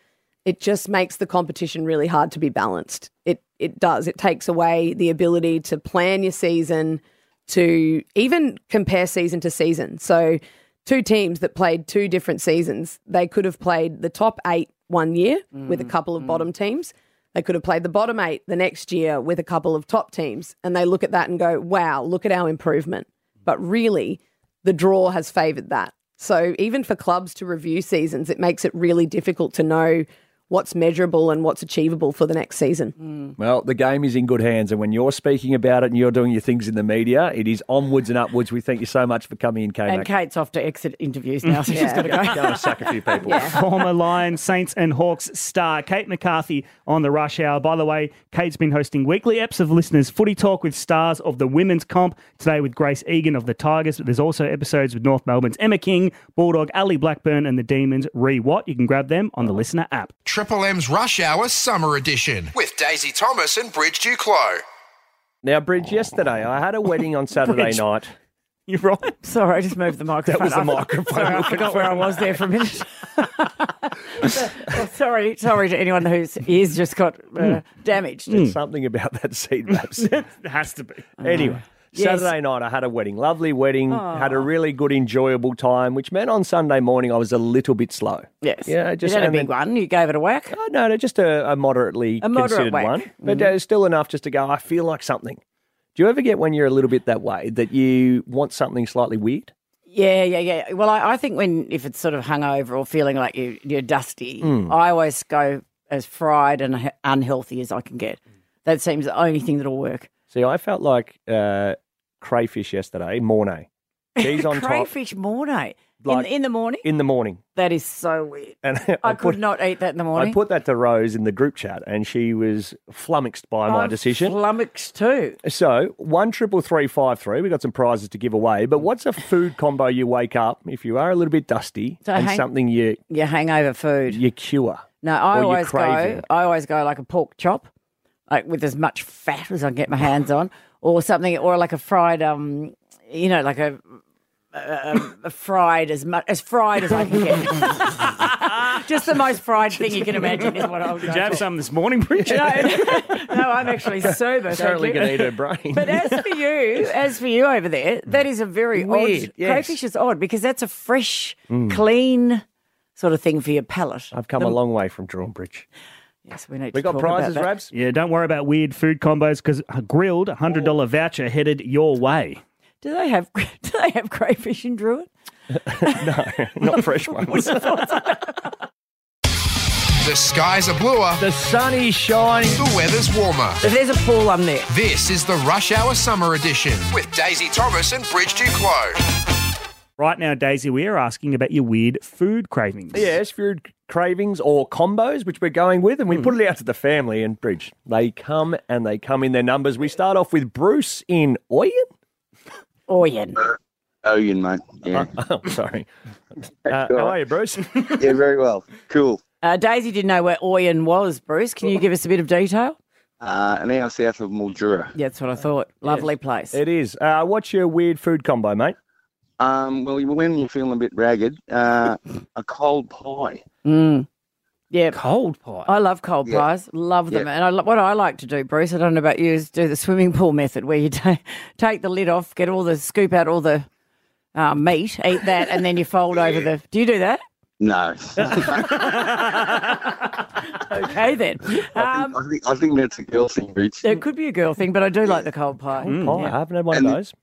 Speaker 14: it just makes the competition really hard to be balanced. It, it does. It takes away the ability to plan your season, to even compare season to season. So, two teams that played two different seasons, they could have played the top eight one year with a
Speaker 7: Mm,
Speaker 14: couple of bottom teams. They could have played the bottom eight the next year with a couple of top teams. And they look at that and go, wow, look at our improvement. But really, the draw has favoured that. So, even for clubs to review seasons, it makes it really difficult to know what's measurable and what's achievable for the next season.
Speaker 7: Mm.
Speaker 6: Well, the game is in good hands, and when you're speaking about it and you're doing your things in the media, it is onwards and upwards. We thank you so much for coming in, Kate.
Speaker 7: And Kate's off to exit interviews now, so she's got to go.
Speaker 6: (laughs) Go and sack a
Speaker 7: (laughs)
Speaker 6: few people.
Speaker 9: (laughs) Former Lions, Saints, and Hawks star Kate McCarthy on the rush hour. By the way, Kate's been hosting weekly eps of listeners' footy talk with stars of the women's comp today with Grace Egan of the Tigers. But there's also episodes with North Melbourne's Emma King, Bulldog Ali Blackburn, and the Demons Re Watt. You can grab them on the listener app.
Speaker 1: Triple M's Rush Hour Summer Edition with Daisy Thomas and Bridge Duclos.
Speaker 6: Now, Bridge, yesterday I had a wedding
Speaker 7: (laughs)
Speaker 6: on Saturday
Speaker 1: Bridge.
Speaker 6: night.
Speaker 9: You're right.
Speaker 7: Sorry, I just moved the microphone.
Speaker 6: was the
Speaker 7: up.
Speaker 6: microphone.
Speaker 7: Sorry, I forgot where I was there for a
Speaker 6: (laughs)
Speaker 7: minute. (laughs) Well, sorry, sorry to anyone whose ears just got
Speaker 6: Hmm.
Speaker 7: uh, damaged.
Speaker 6: There's something about
Speaker 7: (laughs)
Speaker 6: that seed wraps. it
Speaker 9: has to be.
Speaker 6: Hmm. Anyway.
Speaker 7: Ah, Yes. Ah.
Speaker 6: Saturday night, I had a wedding, lovely wedding,
Speaker 7: Aw.
Speaker 6: had a really good, enjoyable time, which meant on Sunday morning I was a little bit slow.
Speaker 7: Yes.
Speaker 6: Yeah, just
Speaker 7: you had a
Speaker 6: and
Speaker 7: big
Speaker 6: then-
Speaker 7: one. You gave it a whack.
Speaker 6: Oh, no, no, just a, a moderately
Speaker 7: A moderate
Speaker 6: considered
Speaker 7: whack.
Speaker 6: one, but
Speaker 7: Mhm.
Speaker 6: uh, still enough just to go, I feel like something. Do you ever get when you're a little bit that way, that you want something slightly weird?
Speaker 7: Yeah, yeah, yeah. Well, I, I think when if it's sort of hungover or feeling like you, you're dusty,
Speaker 6: Mm.
Speaker 7: I always go as fried and he- unhealthy as I can get. That seems the only thing that'll work.
Speaker 6: See, I felt like uh, crayfish yesterday, Mornay.
Speaker 7: (laughs)
Speaker 6: Cheese on top
Speaker 7: Crayfish mornay
Speaker 6: Like-
Speaker 7: in, in the morning.
Speaker 6: in the morning.
Speaker 7: That is so weird.
Speaker 6: And (laughs)
Speaker 7: I,
Speaker 6: put-
Speaker 7: could not eat that in the
Speaker 6: I
Speaker 7: morning.
Speaker 6: put that to Rose in the group chat, and she was flummoxed by my
Speaker 7: I'm
Speaker 6: decision.
Speaker 7: Flummoxed too.
Speaker 6: So one triple three five three. We got some prizes to give away. But what's a food combo you wake up if you are a little bit dusty
Speaker 7: So
Speaker 6: and
Speaker 7: hang-
Speaker 6: something you
Speaker 7: your hangover food
Speaker 6: you cure?
Speaker 7: No, I
Speaker 6: or you
Speaker 7: always go.
Speaker 6: crave it.
Speaker 7: I always go like a pork chop, like with as much fat as I can get my hands on, or something, or like a fried, um, you know, like a. A, a fried as much as fried as I can get. (laughs) Just the most fried thing (laughs) you can imagine is what I would
Speaker 9: Did
Speaker 7: go
Speaker 9: you have
Speaker 7: for.
Speaker 9: some this morning, Bridget?
Speaker 7: No, no, I'm
Speaker 6: (laughs)
Speaker 7: actually sober. thank
Speaker 6: Apparently
Speaker 7: you.
Speaker 6: going to eat her brain.
Speaker 7: But as for you, as for you over there, that is a very
Speaker 6: Weird,
Speaker 7: odd.
Speaker 6: yes.
Speaker 7: Crayfish is odd because that's a fresh,
Speaker 6: Mm.
Speaker 7: clean sort of thing for your palate.
Speaker 6: I've come
Speaker 7: The-
Speaker 6: a long way from Drawbridge.
Speaker 7: Yes, we need.
Speaker 6: We
Speaker 7: to
Speaker 6: got
Speaker 7: talk about
Speaker 6: prizes,
Speaker 7: that.
Speaker 6: Rabs.
Speaker 9: Yeah, don't worry about weird food combos because grilled $100 voucher headed your way.
Speaker 7: Do they have (laughs) do they have crayfish in
Speaker 16: (laughs)
Speaker 7: Druid?
Speaker 6: no, (laughs) not fresh ones.
Speaker 1: The skies are bluer.
Speaker 6: The sun is shining.
Speaker 1: The weather's warmer.
Speaker 7: There's a pool I'm there.
Speaker 1: This is the Rush Hour Summer Edition with Daisy Thomas and Bridge Duclos.
Speaker 9: (laughs) Right now, Daisy, we are asking about your weird food cravings.
Speaker 6: Yes, food cravings or combos, which we're going with, and
Speaker 7: Hmm.
Speaker 6: we put it out to the family and Bridge. They come and they come in their numbers. We start off with Bruce in Oyen.
Speaker 7: Oyen.
Speaker 16: Oyen, mate. Yeah.
Speaker 6: Oh, sorry.
Speaker 16: Uh,
Speaker 6: how are you, Bruce?
Speaker 16: (laughs) yeah, very well. Cool.
Speaker 7: Uh, Daisy didn't know where Oyen was, Bruce. Can you give us a bit of detail?
Speaker 16: uh, an hour south of Mildura.
Speaker 7: Yeah, that's what I thought. Lovely place.
Speaker 6: It is. Uh, what's your weird food combo, mate?
Speaker 16: Um, well, you- when you're feeling a bit ragged, uh, a cold pie.
Speaker 7: Mm. Yeah.
Speaker 6: Cold pie.
Speaker 7: I love cold
Speaker 16: Yeah.
Speaker 7: pies. Love them.
Speaker 16: Yeah.
Speaker 7: And I, lo- what I like to do, Bruce, I don't know about you, is do the swimming pool method where you (laughs) ta take the lid off, get all the scoop out all the uh, meat, eat that, and then you fold over the. Do you do that?
Speaker 16: No,
Speaker 7: (laughs)
Speaker 16: (laughs)
Speaker 7: Okay, then.
Speaker 16: I, think, I, think, I think that's a girl thing, Rich.
Speaker 7: It could be a girl thing, but I do like the cold pie.
Speaker 16: pie,
Speaker 7: Mm, Yeah.
Speaker 16: I
Speaker 6: haven't had one
Speaker 16: of And- those.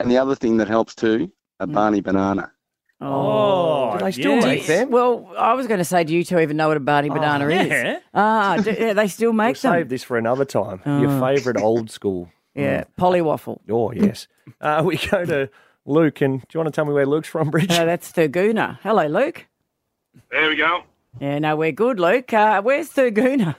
Speaker 16: And the other thing that helps too, a Barney banana.
Speaker 7: Oh,
Speaker 6: do they still make them?
Speaker 7: Well, I was going to say, do you two even know what a Barney banana
Speaker 6: yeah.
Speaker 7: is? Ah, do, yeah, they still make them.
Speaker 6: Save this for another time. Your
Speaker 7: Oh. (laughs)
Speaker 6: favourite old school. Mm.
Speaker 7: Yeah, polywaffle.
Speaker 6: Oh,
Speaker 7: (laughs)
Speaker 6: yes. Uh, we go to Luke, and do you want to tell me where Luke's from, Bridge?
Speaker 7: No,
Speaker 6: (laughs)
Speaker 7: that's Thurgoona. Hello, Luke.
Speaker 15: There we go.
Speaker 7: Yeah, no, we're good, Luke. Uh, where's Thurgoona?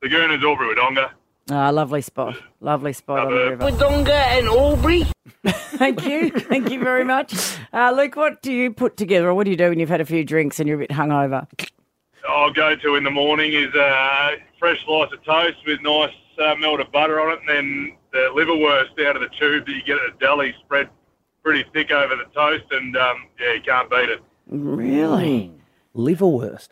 Speaker 15: The Gurner's all Wodonga.
Speaker 7: Ah, lovely spot. Lovely spot on the river.
Speaker 17: Wodonga and Albury.
Speaker 7: Thank you. Thank you very much. Uh, Luke, what do you put together or what do you do when you've had a few drinks and you're a bit hungover?
Speaker 15: I'll go to in the morning is a fresh slice of toast with nice uh, melted butter on it, and then the liverwurst out of the tube that you get at a deli spread pretty thick over the toast, and um, yeah, you can't beat it.
Speaker 7: Really?
Speaker 6: Liverwurst.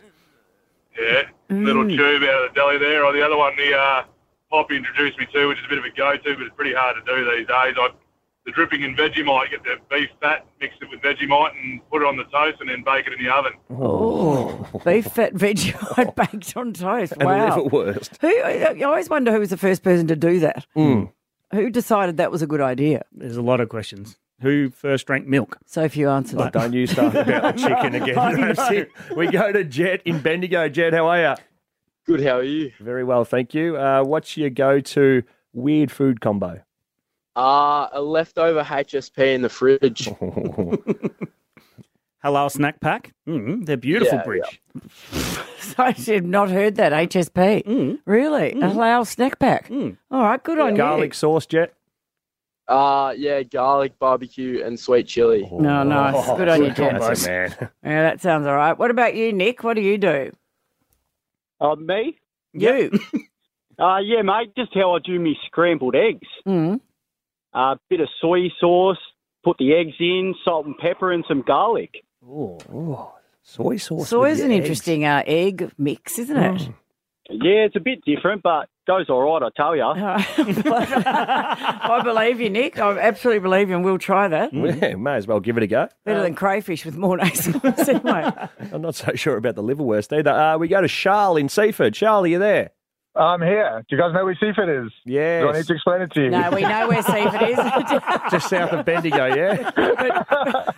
Speaker 15: Yeah, little
Speaker 6: Mm.
Speaker 15: tube out of the deli there. Or the other one, the uh, Pop introduced me to, which is a bit of a go-to, but it's pretty hard to do these days. I, the dripping in Vegemite, get the beef fat, mix it with Vegemite, and put it on the toast, and then bake it in the oven.
Speaker 7: Oh, beef fat (laughs) Vegemite baked on toast. Wow.
Speaker 6: Liverwurst.
Speaker 7: Who, I always wonder who was the first person to do that.
Speaker 9: Mm.
Speaker 6: Hmm.
Speaker 7: Who decided that was a good idea?
Speaker 9: Hmm. There's a lot of questions. Who first drank milk?
Speaker 7: So if you answered
Speaker 9: Oh,
Speaker 7: it.
Speaker 9: don't (laughs)
Speaker 6: you start about the chicken again.
Speaker 7: (laughs)
Speaker 9: I
Speaker 6: (laughs) That's
Speaker 9: know.
Speaker 6: it. We go to Jet in Bendigo. Jet, how are you?
Speaker 15: Good. How are you?
Speaker 6: Very well, thank you. Uh, what's your go-to weird food combo?
Speaker 18: Uh, a leftover HSP in the fridge.
Speaker 9: (laughs) Halal snack pack. Mm, they're beautiful,
Speaker 18: Yeah,
Speaker 9: Bridge.
Speaker 7: (laughs) I have not heard that. HSP.
Speaker 6: Mm.
Speaker 7: Really? A halal snack pack. All right, good on you.
Speaker 6: Garlic sauce, Jet.
Speaker 18: Uh, yeah, garlic, barbecue, and sweet chili.
Speaker 7: No, nice. Good on you, Jet.
Speaker 6: Oh, That's a man.
Speaker 7: Yeah, that sounds all right. What about you, Nick? What do you do?
Speaker 19: Uh, me?
Speaker 7: You.
Speaker 19: Uh, yeah, mate, just how I do me scrambled eggs.
Speaker 7: Mm.
Speaker 19: A bit of soy sauce, put the eggs in, salt and pepper, and some garlic.
Speaker 6: Oh, soy sauce.
Speaker 7: Soy is an interesting uh, egg mix, isn't it?
Speaker 6: Mm.
Speaker 19: Yeah, it's a bit different, but goes all right, I tell you.
Speaker 7: I believe you, Nick. I absolutely believe you, and we'll try that.
Speaker 6: (laughs) Yeah, may as well give it a go.
Speaker 7: Better than crayfish with Mornay
Speaker 6: (laughs)
Speaker 7: sauce, anyway.
Speaker 6: I'm not (laughs) so sure about the liverwurst either. Uh, we go to Charles in Seaford. Charles, are you there?
Speaker 20: I'm here. Do you guys know where Seaford is?
Speaker 6: Yes.
Speaker 20: Do I need to explain it to you?
Speaker 7: No, we know where Seaford
Speaker 20: (laughs)
Speaker 6: (laughs)
Speaker 7: is. (laughs)
Speaker 6: Just south of Bendigo, yeah?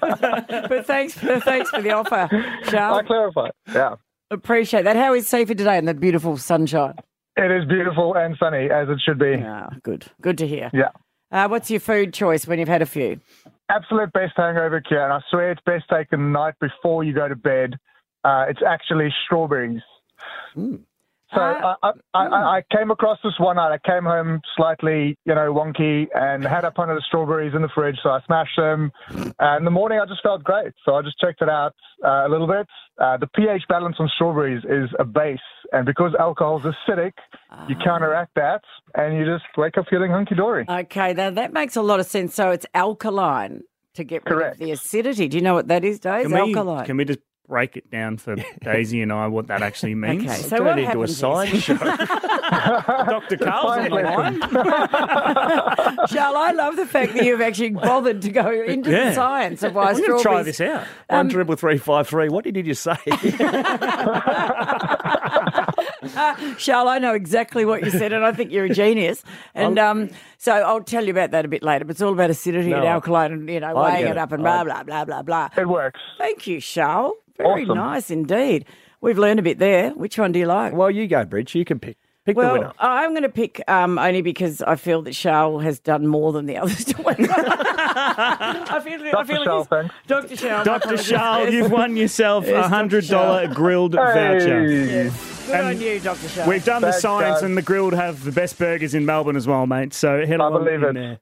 Speaker 7: but thanks, for, thanks for the offer,
Speaker 20: I
Speaker 7: Charles.
Speaker 20: clarify. (laughs) Yeah.
Speaker 7: Appreciate that. How is Seaford today in the beautiful sunshine?
Speaker 20: It is beautiful and sunny, as it should be.
Speaker 7: Yeah, good. Good to hear.
Speaker 20: Yeah.
Speaker 7: Uh, what's your food choice when you've had a few?
Speaker 20: Absolute best hangover cure, and I swear it's best taken the night before you go to bed. Uh, it's actually strawberries. So I, I, I, I came across this one night. I came home slightly, you know, wonky and had a pint of the strawberries in the fridge. So I smashed them. And in the morning, I just felt great. So I just checked it out uh, a little bit. Uh, the pH balance on strawberries is a base. And because alcohol is acidic, you counteract that and you just wake up feeling hunky dory.
Speaker 7: Okay, now that makes a lot of sense. So it's alkaline to get rid of the acidity. Do you know what that is, Dave?
Speaker 9: we,
Speaker 7: Alkaline.
Speaker 9: can we just break it down
Speaker 6: (laughs)
Speaker 9: for Daisy and I what that actually means?
Speaker 7: Okay, so Turn what it into a happens is- science
Speaker 9: show.
Speaker 7: (laughs)
Speaker 9: Dr. Carl's on the line.
Speaker 7: (laughs)
Speaker 20: (laughs)
Speaker 7: Charles, I love the fact that you've actually bothered to go into the science of why
Speaker 6: We're gonna
Speaker 7: strawberries. Um,
Speaker 6: try this out. One triple three five three. What did you just say?
Speaker 7: Charles, uh, I know exactly what you said, and I think you're a genius. And um, so I'll tell you about that a bit later. But it's all about acidity and
Speaker 20: No, I-
Speaker 7: alkaline, and you know,
Speaker 20: I
Speaker 7: weighing
Speaker 20: get
Speaker 7: it
Speaker 20: it.
Speaker 7: up and
Speaker 20: I-
Speaker 7: blah blah blah blah blah.
Speaker 20: It works.
Speaker 7: Thank you, Charles. Very
Speaker 6: Awesome.
Speaker 7: nice indeed. We've learned a bit there. (laughs) Which one do you like?
Speaker 6: Well, you go, Bridge. You can pick. Pick
Speaker 7: well,
Speaker 6: the winner.
Speaker 7: I'm going to pick um, only because I feel that Charles has done more than the (laughs) others. to win. I feel, I feel
Speaker 20: Oh,
Speaker 7: it is- Dr. Charles. my
Speaker 9: Dr.
Speaker 7: apologies.
Speaker 9: Charles, you've won yourself
Speaker 7: Yes, Dr.
Speaker 9: a $100
Speaker 7: Charles.
Speaker 9: grilled
Speaker 7: Hey.
Speaker 9: voucher.
Speaker 7: Yes. Good
Speaker 9: And
Speaker 7: on you, Dr. Charles.
Speaker 9: We've done the
Speaker 7: (laughs)
Speaker 9: science, and the grilled have the best burgers in Melbourne as well, mate. So head on
Speaker 6: believe
Speaker 9: in
Speaker 6: it.
Speaker 9: there.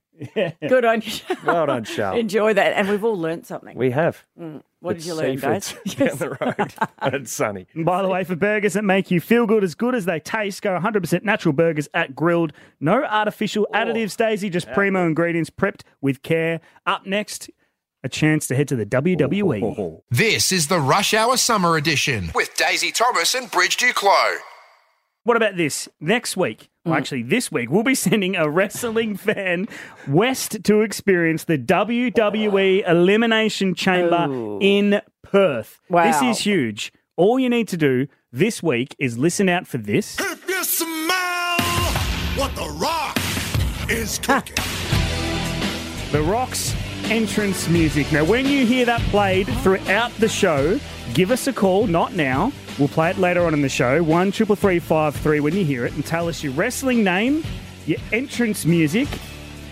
Speaker 7: Good on you.
Speaker 6: Well done, Charles.
Speaker 7: Enjoy that. And we've all learnt something.
Speaker 6: We have.
Speaker 7: Mm. What
Speaker 11: It's
Speaker 7: did you learn,
Speaker 6: (laughs)
Speaker 7: guys?
Speaker 11: seafood Down the
Speaker 7: (laughs)
Speaker 11: road. and it's sunny.
Speaker 9: And by the way, for burgers that make you feel good as good as they taste, go 100% natural burgers at Grilled. No artificial additives, Daisy, just primo ingredients prepped with care. Up next, a chance to head to the E. WWE.
Speaker 1: This is the Rush Hour Summer Edition with Daisy Thomas and Bridge Duclos.
Speaker 9: What about this? Next week, well, actually this week, we'll be sending a wrestling (laughs) fan west to experience the WWE Elimination Chamber in Perth. This
Speaker 17: Wow.
Speaker 9: is huge. All you need to do this week is listen out for this.
Speaker 17: If you smell what the rock is cooking.
Speaker 9: The Rock's entrance music. Now, when you hear that played throughout the show, give us a call. Not now. We'll play it later on in the show. One triple three five three. When you hear it, and tell us your wrestling name, your entrance music,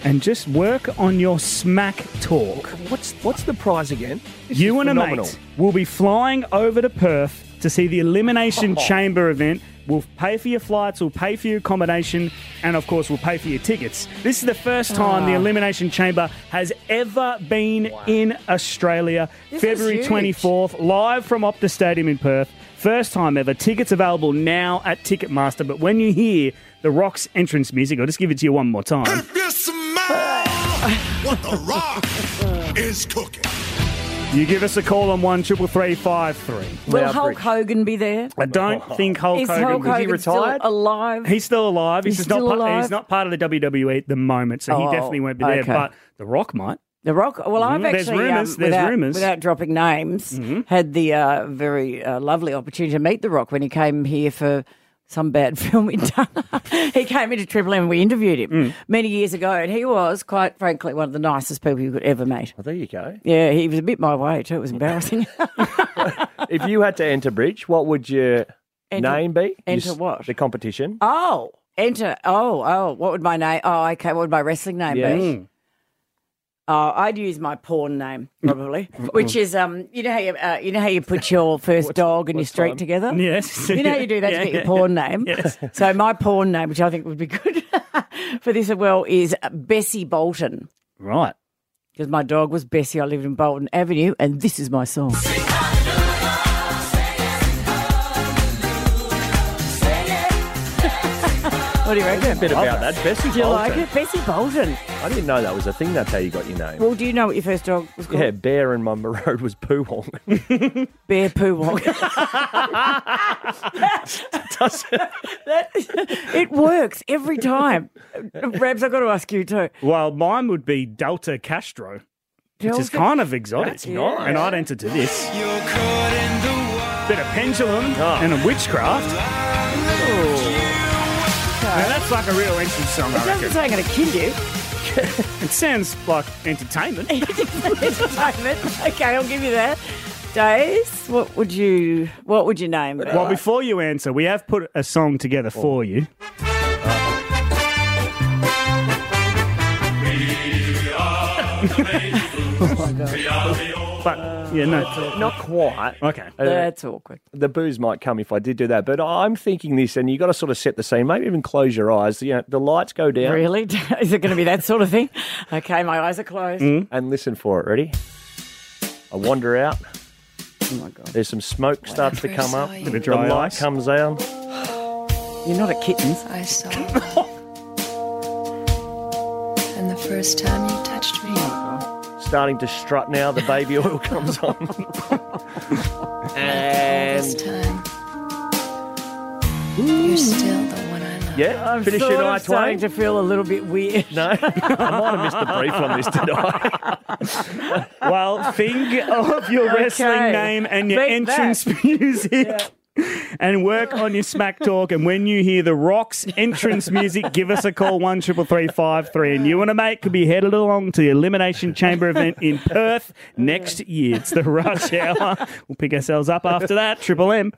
Speaker 9: and just work on your smack talk.
Speaker 11: What's what's the prize again? This
Speaker 9: you
Speaker 11: is
Speaker 9: and
Speaker 11: phenomenal.
Speaker 9: a mate will be flying over to Perth to see the Elimination Chamber event. We'll pay for your flights, we'll pay for your accommodation, and of course, we'll pay for your tickets. This is the first time the
Speaker 11: Ah.
Speaker 9: Elimination Chamber has ever been in Australia.
Speaker 11: This is
Speaker 9: February
Speaker 11: huge.
Speaker 9: 24th, live from Optus Stadium in Perth. First time ever. Tickets available now at Ticketmaster. But when you hear the Rock's entrance music, I'll just give it to you one more time.
Speaker 17: If you smell what the
Speaker 7: (laughs)
Speaker 17: rock is cooking.
Speaker 9: You give us a call on one triple three five three.
Speaker 7: Will Hulk Hogan be there?
Speaker 9: I don't think Hulk
Speaker 7: is Hulk
Speaker 9: Hogan
Speaker 7: Hogan Still alive.
Speaker 9: He's still alive. He's,
Speaker 7: He's
Speaker 9: just not
Speaker 7: still
Speaker 9: pa-
Speaker 7: alive?
Speaker 9: he's not part of the WWE at the moment, so
Speaker 7: Oh,
Speaker 9: he definitely won't be there.
Speaker 7: okay.
Speaker 9: But The Rock might.
Speaker 7: The Rock. Well,
Speaker 6: Mm-hmm.
Speaker 7: I've
Speaker 9: Mm, there's
Speaker 7: actually um,
Speaker 9: rumours, there's
Speaker 7: without,
Speaker 9: rumours.
Speaker 7: without (laughs) dropping names, had the uh, very uh, lovely opportunity to meet The Rock when he came here for some bad (laughs) film he'd done. he came into Triple M and we interviewed him
Speaker 6: Mm.
Speaker 7: many years ago, and he was quite frankly one of the nicest people you could ever meet.
Speaker 6: Well, Oh, there you go.
Speaker 7: Yeah, he was a bit my way too. It was
Speaker 6: (laughs)
Speaker 7: embarrassing.
Speaker 6: If you had to enter bridge, what would your
Speaker 7: Enter-
Speaker 6: name be? You
Speaker 7: enter
Speaker 6: s-
Speaker 7: what?
Speaker 6: The competition.
Speaker 7: oh, enter. Oh, oh, what would my name? Oh, okay. What would my wrestling name
Speaker 6: Yes.
Speaker 7: be?
Speaker 6: Mm.
Speaker 7: Oh, I'd use my porn name probably, which is um, you know how you uh, you know how you put
Speaker 9: (laughs)
Speaker 7: your first dog and your street
Speaker 9: time?
Speaker 7: together.
Speaker 9: Yes.
Speaker 7: you know how you do that
Speaker 9: Yeah,
Speaker 7: to get
Speaker 9: yeah,
Speaker 7: your porn name.
Speaker 9: Yes.
Speaker 7: So my porn name, which I think would be good (laughs) for this as well, is Bessie Bolton
Speaker 9: Right.
Speaker 7: because my dog was Bessie. I lived in Bolton Avenue, and this is my song. What do you reckon?
Speaker 6: A bit
Speaker 7: Love
Speaker 6: about
Speaker 7: it.
Speaker 6: that. Bessie
Speaker 7: Do you
Speaker 6: Bolton.
Speaker 7: like it, Bessie Bolton?
Speaker 6: I didn't know that was a thing. That's how you got your name.
Speaker 7: Well, do you know what your first dog was called?
Speaker 6: yeah, Bear and Mumba Road was Poo Wong.
Speaker 7: Bear Poo Wong. That- it works every time. Rabs, I've got to ask you too.
Speaker 9: Well, mine would be Delta Castro, which is
Speaker 7: Delta-
Speaker 9: kind of exotic.
Speaker 7: That's nice.
Speaker 9: And I'd enter to this. Bit of pendulum
Speaker 7: Oh.
Speaker 9: and a witchcraft. Now that's like a real entrance song,
Speaker 7: It
Speaker 9: I
Speaker 7: doesn't
Speaker 9: reckon.
Speaker 7: say I'm going to kill you. (laughs)
Speaker 9: It sounds like entertainment.
Speaker 7: Entertainment. Okay, I'll give you that. Days, what would you what would your name be?
Speaker 9: Well, before you answer, we have put a song together for you. But yeah, no,
Speaker 6: not quite.
Speaker 9: Okay,
Speaker 7: That's awkward.
Speaker 6: The booze might come if I did do that, but I'm thinking this, and you got to sort of set the scene. Maybe even close your eyes. You know, the lights go down.
Speaker 7: Really? (laughs) Is it going to be that sort of thing? Okay, my eyes are closed.
Speaker 6: Mm. And listen for it. Ready? I wander out.
Speaker 7: Oh my god!
Speaker 6: There's some smoke starts to come up.
Speaker 9: Bit of
Speaker 6: the
Speaker 9: dry
Speaker 6: light
Speaker 9: ice.
Speaker 6: comes down.
Speaker 7: You're not a kitten.
Speaker 3: I saw
Speaker 6: (laughs)
Speaker 3: And the first time you touched me.
Speaker 6: Starting to strut now. The baby oil comes on.
Speaker 3: This
Speaker 6: and
Speaker 3: time. You're still the one I love.
Speaker 6: yeah, finish
Speaker 7: sort
Speaker 6: it,
Speaker 7: of
Speaker 6: I
Speaker 7: starting
Speaker 6: twain.
Speaker 7: to feel a little bit weird. (laughs)
Speaker 6: No, I might have missed the brief on this, did I?
Speaker 9: Well, think of your
Speaker 7: Okay.
Speaker 9: wrestling name and your
Speaker 7: Beat that.
Speaker 9: entrance music. And work on your smack talk. And when you hear the Rocks entrance music, give us a call one triple three five three. And you and a mate could be headed along to the Elimination Chamber event in Perth next year. It's the rush hour. We'll pick ourselves up after that. Triple M.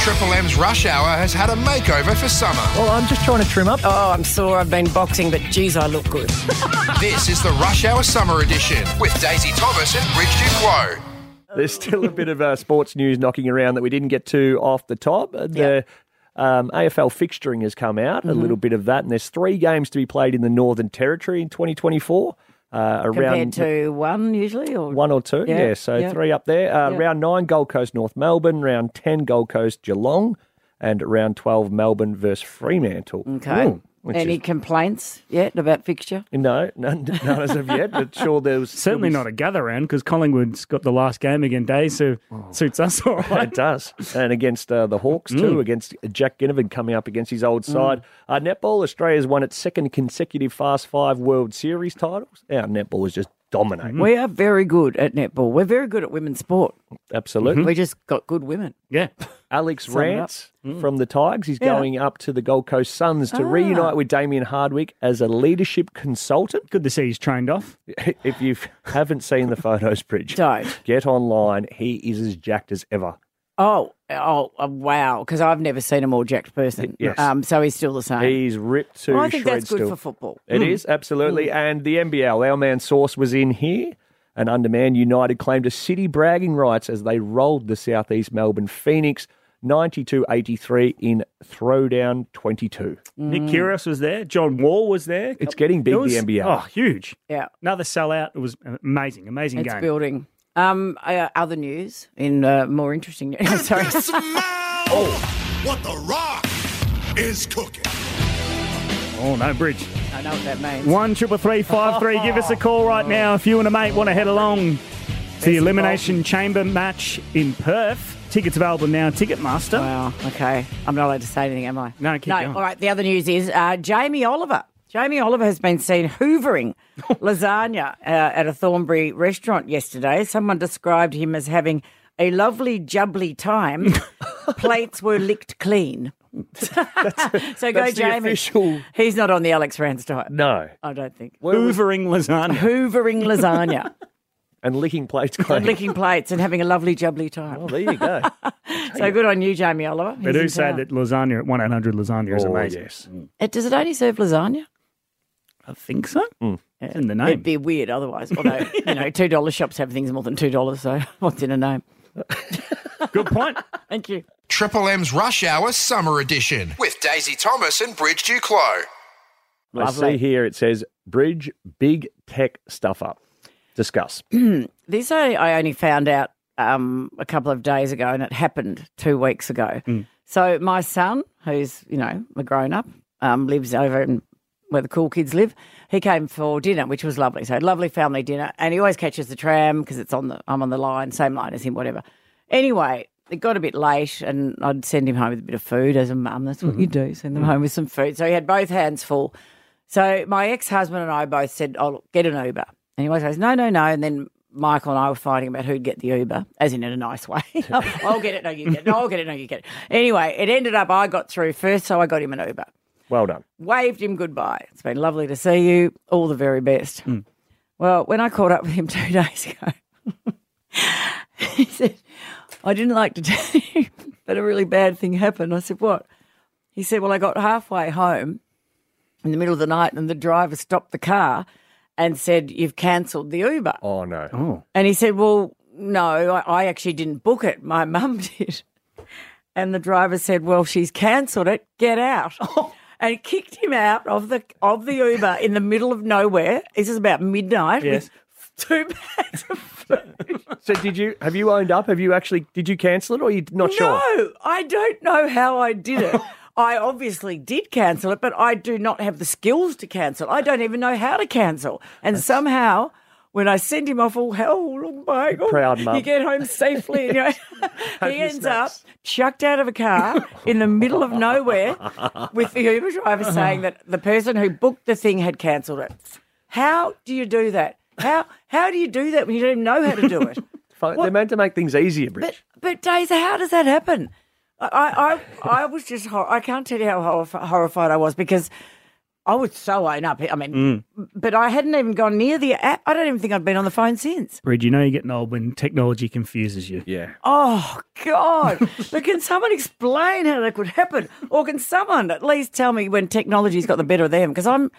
Speaker 1: Triple M's Rush Hour has had a makeover for summer.
Speaker 4: Well, I'm just trying to trim up. Oh, I'm sore. I've been boxing, but geez, I look good.
Speaker 1: this is the Rush Hour Summer Edition with Daisy Thomas and Bridge Duclos.
Speaker 6: There's still a bit of uh, sports news knocking around that we didn't get to off the top. Uh, The um, AFL
Speaker 7: Mm-hmm.
Speaker 6: fixturing has come out, a little bit of that, and there's three games to be played in the Northern Territory in 2024. Uh, around
Speaker 7: compared to one usually, or
Speaker 6: one or two. Yeah,
Speaker 7: Yeah,
Speaker 6: so
Speaker 7: yeah.
Speaker 6: three up there. Uh,
Speaker 7: Yeah.
Speaker 6: Round nine, Gold Coast, North Melbourne. Round 10, Gold Coast, Geelong. And round 12, Melbourne versus Fremantle.
Speaker 7: Okay.
Speaker 6: Ooh, which
Speaker 7: Any
Speaker 6: is-
Speaker 7: complaints yet about fixture?
Speaker 6: no, none, none as of yet, but sure there was.
Speaker 9: Certainly
Speaker 6: there
Speaker 9: not a gather round because Collingwood's got the last game again day, so suits us all right.
Speaker 6: Oh. It does. And against uh, the Hawks, too,
Speaker 9: Mm.
Speaker 6: against Jack Ginnivan coming up against his old
Speaker 9: Mm.
Speaker 6: side. Uh, netball, Australia's won its second consecutive Fast Five World Series titles. Our netball is just dominating.
Speaker 7: We are very good at netball. We're very good at women's sport.
Speaker 6: Absolutely.
Speaker 7: We just got good women.
Speaker 9: Yeah.
Speaker 6: (laughs) Alex
Speaker 7: Sum it up. Mm.
Speaker 6: Rance Hmm. from the Tigers. He's
Speaker 7: Yeah.
Speaker 6: going up to the Gold Coast Suns to
Speaker 7: Ah.
Speaker 6: reunite with Damien Hardwick as a leadership consultant.
Speaker 9: Good to see he's trained off.
Speaker 6: (laughs) If you haven't seen the photos, Bridge,
Speaker 7: Don't.
Speaker 6: get online. He is as jacked as ever.
Speaker 7: Oh, oh, uh, wow. Because I've never seen a more jacked person.
Speaker 6: Yes.
Speaker 7: Um, so he's still the same.
Speaker 6: He's ripped to
Speaker 7: Well, I think
Speaker 6: shreds
Speaker 7: that's good
Speaker 6: still.
Speaker 7: for football.
Speaker 6: It is
Speaker 9: Hmm.
Speaker 7: Mm.
Speaker 6: absolutely. And the NBL, our man Source was in here. And under Man United claimed a city bragging rights as they rolled the Southeast Melbourne Phoenix 92 83 in Throwdown 22.
Speaker 7: Hmm.
Speaker 9: Nick Kyrgios was there. John Wall was there.
Speaker 6: Mm. It's getting big,
Speaker 9: It was-
Speaker 6: the NBL.
Speaker 9: Oh, huge.
Speaker 7: Yeah.
Speaker 9: Another sellout. It was amazing, amazing
Speaker 7: It's
Speaker 9: game.
Speaker 7: building. Um, uh, other news (laughs) in uh, more interesting news. (laughs) Sorry. Oh.
Speaker 17: What the rock is cooking.
Speaker 9: Oh, no bridge.
Speaker 7: I know what that means. Oh.
Speaker 9: One triple three five three. Give us a call right now if you and a mate want to head along to the Elimination Chamber match in Perth. Tickets available now. Ticketmaster.
Speaker 7: Wow. Okay. I'm not allowed to say anything, am I?
Speaker 9: No, keep
Speaker 7: no,
Speaker 9: going.
Speaker 7: all right. The other news is uh, Jamie Oliver. Jamie Oliver has been seen
Speaker 6: (laughs)
Speaker 7: hoovering lasagna uh, at a Thornbury restaurant yesterday. Someone described him as having a lovely jubbly
Speaker 6: (laughs)
Speaker 7: time. Plates were licked clean. (laughs) so go,
Speaker 6: that's the
Speaker 7: Jamie.
Speaker 6: official-
Speaker 7: He's not on the Alex Rance diet.
Speaker 6: No.
Speaker 7: I don't think.
Speaker 6: (laughs)
Speaker 9: Hoovering lasagna.
Speaker 7: Hoovering lasagna.
Speaker 6: And licking plates
Speaker 7: and
Speaker 6: clean.
Speaker 7: licking plates and having a lovely jubbly time. Well,
Speaker 6: there
Speaker 7: (laughs)
Speaker 6: you go.
Speaker 7: so good on you, Jamie Oliver.
Speaker 9: They
Speaker 7: He's uh,
Speaker 9: do
Speaker 7: in
Speaker 9: say
Speaker 7: town.
Speaker 9: that lasagna at 1 800 lasagna is
Speaker 6: Oh,
Speaker 9: amazing.
Speaker 6: yes.
Speaker 7: It, does it only serve lasagna?
Speaker 9: I think so.
Speaker 6: Mm.
Speaker 9: It's in the name.
Speaker 7: It'd be weird otherwise. Although, you
Speaker 9: (laughs)
Speaker 7: know, $2 shops have things more than $2, so (laughs) what's in a name?
Speaker 9: Good point.
Speaker 7: Thank you.
Speaker 1: Triple M's Rush Hour Summer Edition with Daisy Thomas and Bridge Duclos.
Speaker 6: I
Speaker 7: Lovely.
Speaker 6: see here it says Bridge Big Tech Stuff Up.
Speaker 7: (clears throat)
Speaker 6: Discuss.
Speaker 7: this I, I only found out um, a couple of days ago, and it happened two weeks ago. So my son, who's you know a grown up, um, lives over in where the cool kids live. He came for dinner, which was lovely. So lovely family dinner, and he always catches the tram because it's on the I'm on the line, same line as him, whatever. Anyway, it got a bit late, and I'd send him home with a bit of food as a mum. That's what you do, send them home with some food. So he had both hands full. So my ex husband and I both said, "Oh, look, get an Uber." And he always goes, "No, no, no." And then Michael and I were fighting about who'd get the Uber, as in in a nice way. (laughs) "Oh, I'll get it. No, you get it. No, I'll get it. No, you get it. Anyway, it ended up I got through first, so I got him an Uber.
Speaker 6: Well done.
Speaker 7: Waved him goodbye. It's been lovely to see you. All the very best. Well, when I caught up with him (laughs) two days ago, he said, I didn't like to tell you, (laughs) but a really bad thing happened. I said, What? He said, Well, I got halfway home in the middle of the night and the driver stopped the car and said, You've cancelled the Uber.
Speaker 6: Oh, no.
Speaker 9: Oh.
Speaker 7: And he said, Well, no, I, I actually didn't book it. My (laughs) mum did. And the driver said, Well, she's cancelled it. Get
Speaker 9: (laughs)
Speaker 7: out. And kicked him out of the of the Uber in the middle of nowhere. This is about midnight. with
Speaker 9: Yes.
Speaker 7: Two bags of
Speaker 6: So did you have you owned up? Have you actually did you cancel it or you not sure?
Speaker 7: No, I don't know how I did
Speaker 6: (laughs)
Speaker 7: it. I obviously did cancel it, but I do not have the skills to cancel. I don't even know how to cancel. And somehow, when I send him off, all hell, oh my God,
Speaker 6: Proud mum.
Speaker 7: you get home safely.
Speaker 6: (laughs)
Speaker 7: And (laughs) you know, he
Speaker 6: your
Speaker 7: ends up chucked out of a car in the middle of nowhere with the Uber
Speaker 6: (laughs)
Speaker 7: driver saying that the person who booked the thing had cancelled it. How do you do that? How how do you do that when you don't even know how to
Speaker 6: (laughs)
Speaker 7: do it?
Speaker 6: Fine. They're meant to make things easier, Bridge.
Speaker 7: But Daisy, how does that happen? I I, I was just hor- I can't tell you how horrif- horrified I was because I was so own up. I
Speaker 9: Mm.
Speaker 7: mean, but I hadn't even gone near the app. I don't even think I'd been on the phone since.
Speaker 9: Bridge, you know you're getting old when technology confuses you.
Speaker 6: Yeah.
Speaker 7: Oh God! but can someone explain how that could happen, or can someone at least tell me when technology's got the better of them? Because I'm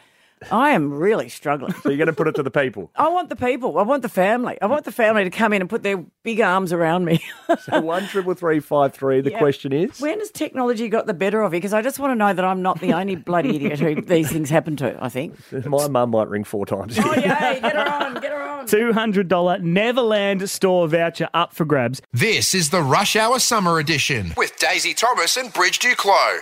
Speaker 7: I am really struggling.
Speaker 6: So you're going to put it to the people.
Speaker 7: I want the people. I want the family. I want the family to come in and put their big arms around me.
Speaker 6: So one triple three five three. The
Speaker 7: Yeah.
Speaker 6: question is.
Speaker 7: When has technology got the better of you? Because I just want to know that I'm not the only bloody idiot
Speaker 9: (laughs)
Speaker 7: who these things happen to, I think.
Speaker 6: (laughs) My mum might ring four times.
Speaker 9: $200 Neverland store voucher up for grabs.
Speaker 1: This is the Rush Hour Summer Edition with Daisy Thomas and Bridge Duclos.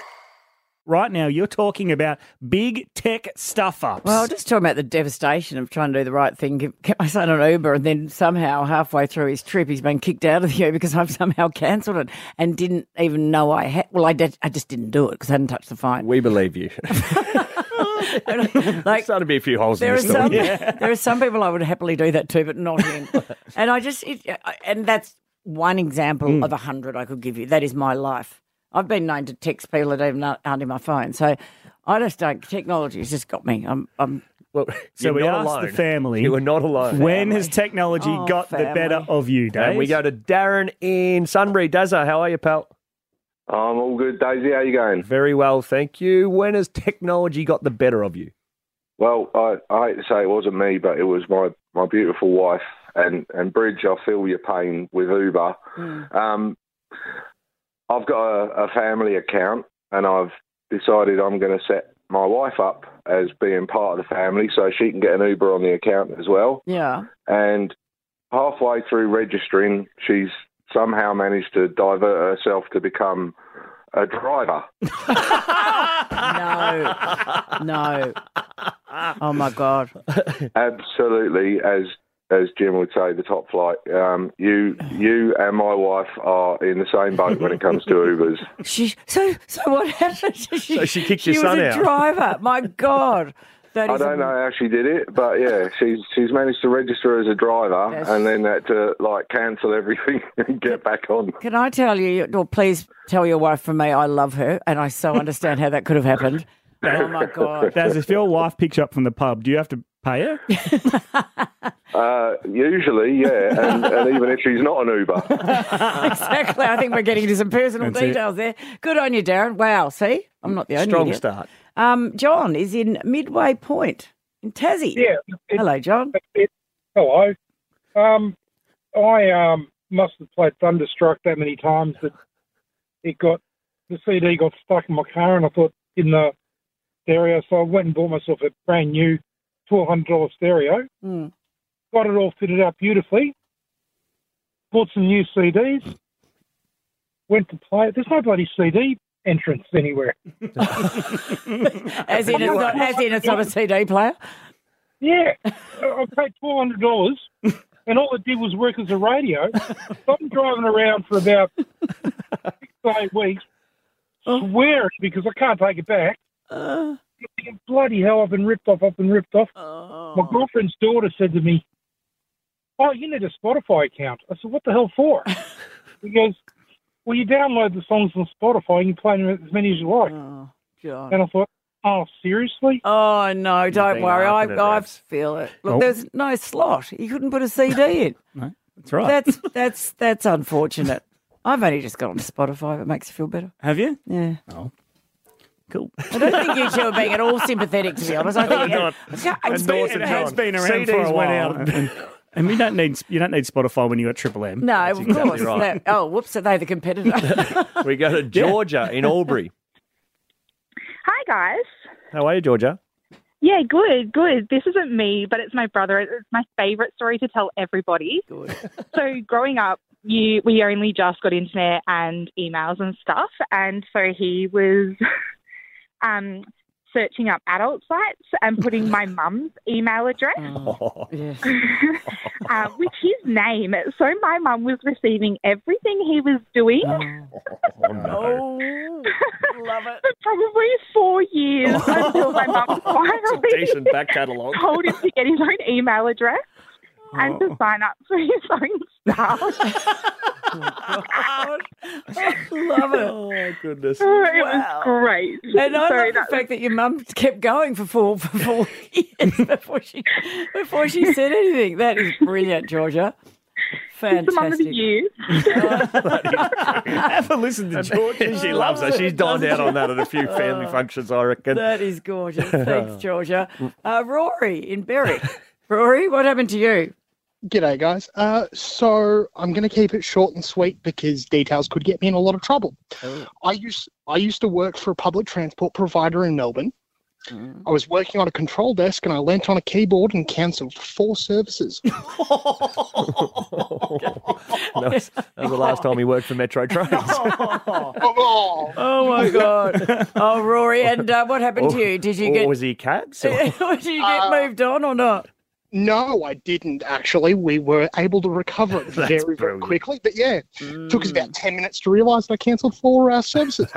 Speaker 9: Right now, you're talking about big tech stuff ups.
Speaker 7: Well, just talking about the devastation of trying to do the right thing, give- get my son an Uber, and then somehow halfway through his trip, he's been kicked out of the Uber because I've somehow cancelled it and didn't even know I had. Well, I, did, I just didn't do it because I hadn't touched the fine.
Speaker 6: We believe you. (laughs)
Speaker 7: There's
Speaker 6: starting to be a few holes in
Speaker 7: There
Speaker 6: the
Speaker 7: are
Speaker 9: (laughs)
Speaker 6: story.
Speaker 7: some. There are some people I would happily do that to, but not him. and I just, it, I- and that's one example
Speaker 9: Hmm.
Speaker 21: Mm.
Speaker 7: of a hundred I could give you. That is my life. I've been known to text people that even aren't aren't in my phone. So I just don't. Technology has just got me. I'm. I'm
Speaker 6: well,
Speaker 9: so we asked the family.
Speaker 6: You were not alone.
Speaker 9: When has
Speaker 7: (laughs)
Speaker 9: technology
Speaker 7: Oh,
Speaker 9: got the
Speaker 7: family.
Speaker 9: better of you, Dave?
Speaker 6: And we go to Darren in Sunbury. Dazza, how are you, pal?
Speaker 22: I'm all good, Daisy. How you going?
Speaker 6: Very well, thank you. When has technology got the better of you?
Speaker 22: Well, I, I hate to say it wasn't me, but it was my, my beautiful wife and, and Bridge. I feel your pain with Uber. Um, I've got a, a family account, and I've decided I'm going to set my wife up as being part of the family, so she can get an Uber on the account as well.
Speaker 7: Yeah.
Speaker 22: And halfway through registering, she's somehow managed to divert herself to become a driver.
Speaker 7: No. no. Oh my god.
Speaker 22: Absolutely, as as Jim would say, the top flight. Um, you you and my wife are in the same boat when it comes
Speaker 7: (laughs)
Speaker 22: to Ubers.
Speaker 7: She. So. So what happened? She,
Speaker 22: So she kicked
Speaker 7: she
Speaker 22: your
Speaker 7: was
Speaker 22: son
Speaker 7: a
Speaker 22: out.
Speaker 7: driver. My
Speaker 22: (laughs)
Speaker 7: god. That
Speaker 22: I
Speaker 7: is.
Speaker 22: don't know how she did it, but yeah, she's she's managed to register as a driver
Speaker 7: Yes.
Speaker 22: and then had to like cancel everything (laughs) and get back on.
Speaker 7: Can I tell you, or please tell your wife from me, I love her, and I so understand how that could have happened. Oh my god!
Speaker 9: Daz, if your
Speaker 7: (laughs)
Speaker 9: wife picks you up from the pub, do you have to pay her?
Speaker 22: (laughs) Uh, usually, yeah, and, and even if she's not
Speaker 7: (laughs)
Speaker 22: an Uber,
Speaker 7: exactly. I think we're getting into some personal
Speaker 22: That's it.
Speaker 7: details there. Good on you, Darren. Wow. See, I'm not the only
Speaker 22: Strong
Speaker 7: idiot.
Speaker 22: start.
Speaker 7: Um, John is in Midway Point in Tassie.
Speaker 23: Yeah.
Speaker 7: Hello, John.
Speaker 23: Hello. Um, I um, must have played Thunderstruck that many times that it got the CD got stuck in my car, and I thought in the stereo, so I went and bought myself a brand new twelve hundred dollar stereo.
Speaker 7: Mm.
Speaker 23: Got it all fitted up beautifully. Bought some new CDs. Went to play. it. There's no bloody CD entrance anywhere. (laughs)
Speaker 7: As in, it's not, as in, it's not a CD player.
Speaker 23: Yeah, I I paid twelve hundred dollars, and all it did was work as a radio. So I'm driving around for about six to eight weeks, swearing because I can't take it back. Thinking, Bloody hell! I've been ripped off. I've been ripped off. My girlfriend's daughter said to me, "Oh, you need a Spotify account." I said, "What the hell for?" he goes, "Well, you download the songs on Spotify and you play them as many as you like."
Speaker 7: John.
Speaker 23: And I thought, "Oh, seriously?"
Speaker 7: Oh no! Don't
Speaker 23: been
Speaker 7: worry, I,
Speaker 23: laughing at
Speaker 7: I
Speaker 23: Rebs.
Speaker 7: feel it. Look,
Speaker 23: Oh.
Speaker 7: there's no slot. You couldn't put a CD in.
Speaker 9: (laughs) No, that's right. (laughs)
Speaker 7: That's that's that's unfortunate. I've only just got on Spotify. It makes you feel better.
Speaker 9: Have you?
Speaker 7: Yeah.
Speaker 9: Oh. Cool. Oh,
Speaker 7: I don't think you two are being at all sympathetic, to be honest.
Speaker 9: (laughs)
Speaker 7: I think
Speaker 9: They're not.
Speaker 7: Yeah, I'm
Speaker 9: It's
Speaker 7: sorry.
Speaker 9: been- it has been around for a while. and, and we don't need you don't need Spotify when you got Triple M.
Speaker 7: No,
Speaker 9: That's
Speaker 7: of
Speaker 9: exactly
Speaker 7: course.
Speaker 9: right.
Speaker 7: They- oh, whoops! Are they the competitor?
Speaker 9: (laughs)
Speaker 7: (laughs)
Speaker 6: We go to Georgia in (laughs) Albury.
Speaker 24: Hi, guys.
Speaker 6: How are you, Georgia?
Speaker 24: Yeah, good, good. This isn't me, but it's my brother. It's my favourite story to tell everybody. (laughs) so, growing up, you we only just got internet and emails and stuff, and so he was (laughs) um, searching up adult sites and putting
Speaker 6: (laughs)
Speaker 24: my mum's email address.
Speaker 6: Mm.
Speaker 24: (laughs) uh, with his name. So my mum was receiving everything he was doing.
Speaker 6: Oh, no.
Speaker 24: love it. (laughs) For probably four
Speaker 6: (laughs)
Speaker 24: years until my mum finally
Speaker 6: Decent back
Speaker 7: (laughs)
Speaker 6: catalogue.
Speaker 24: told him to get his own email address and to sign up for his own stuff.
Speaker 7: Love it.
Speaker 6: Oh, goodness.
Speaker 24: Oh, it was great.
Speaker 7: And I
Speaker 24: So
Speaker 7: love
Speaker 24: that
Speaker 7: the fact that your mum kept going for four for four (laughs) years before she before she said anything. That is brilliant, Georgia.
Speaker 24: It's among the you.
Speaker 9: Have a listen
Speaker 7: (laughs)
Speaker 9: to George.
Speaker 6: she loves her. She's dined out on that at a few family
Speaker 7: Oh.
Speaker 6: functions, I reckon.
Speaker 7: That is gorgeous. Thanks, Georgia. Uh, Rory in Berwick. Rory, what happened to you?
Speaker 2: G'day, guys. Uh, so I'm going to keep it short and sweet because details could get me in a lot of trouble. I used I used to work for a public transport provider in Melbourne. I was working on a control desk and I leant on a keyboard and cancelled four services.
Speaker 6: (laughs) that, was, that was the last time he worked for Metro Trains.
Speaker 7: (laughs) Oh (laughs) my
Speaker 6: (laughs)
Speaker 7: God! Oh, Rory, and uh, what happened to you? Did you
Speaker 6: or
Speaker 7: get?
Speaker 6: Oh, was he
Speaker 7: (laughs)
Speaker 6: cabs? or-
Speaker 7: Did you get moved on or not?
Speaker 2: Uh, No, I didn't actually. We were able to recover
Speaker 6: (laughs)
Speaker 2: it
Speaker 6: That's
Speaker 2: very, very
Speaker 6: brilliant.
Speaker 2: quickly. But yeah, took us
Speaker 7: Mm.
Speaker 2: about 10 minutes to realise that I cancelled four uh, services.
Speaker 6: (laughs)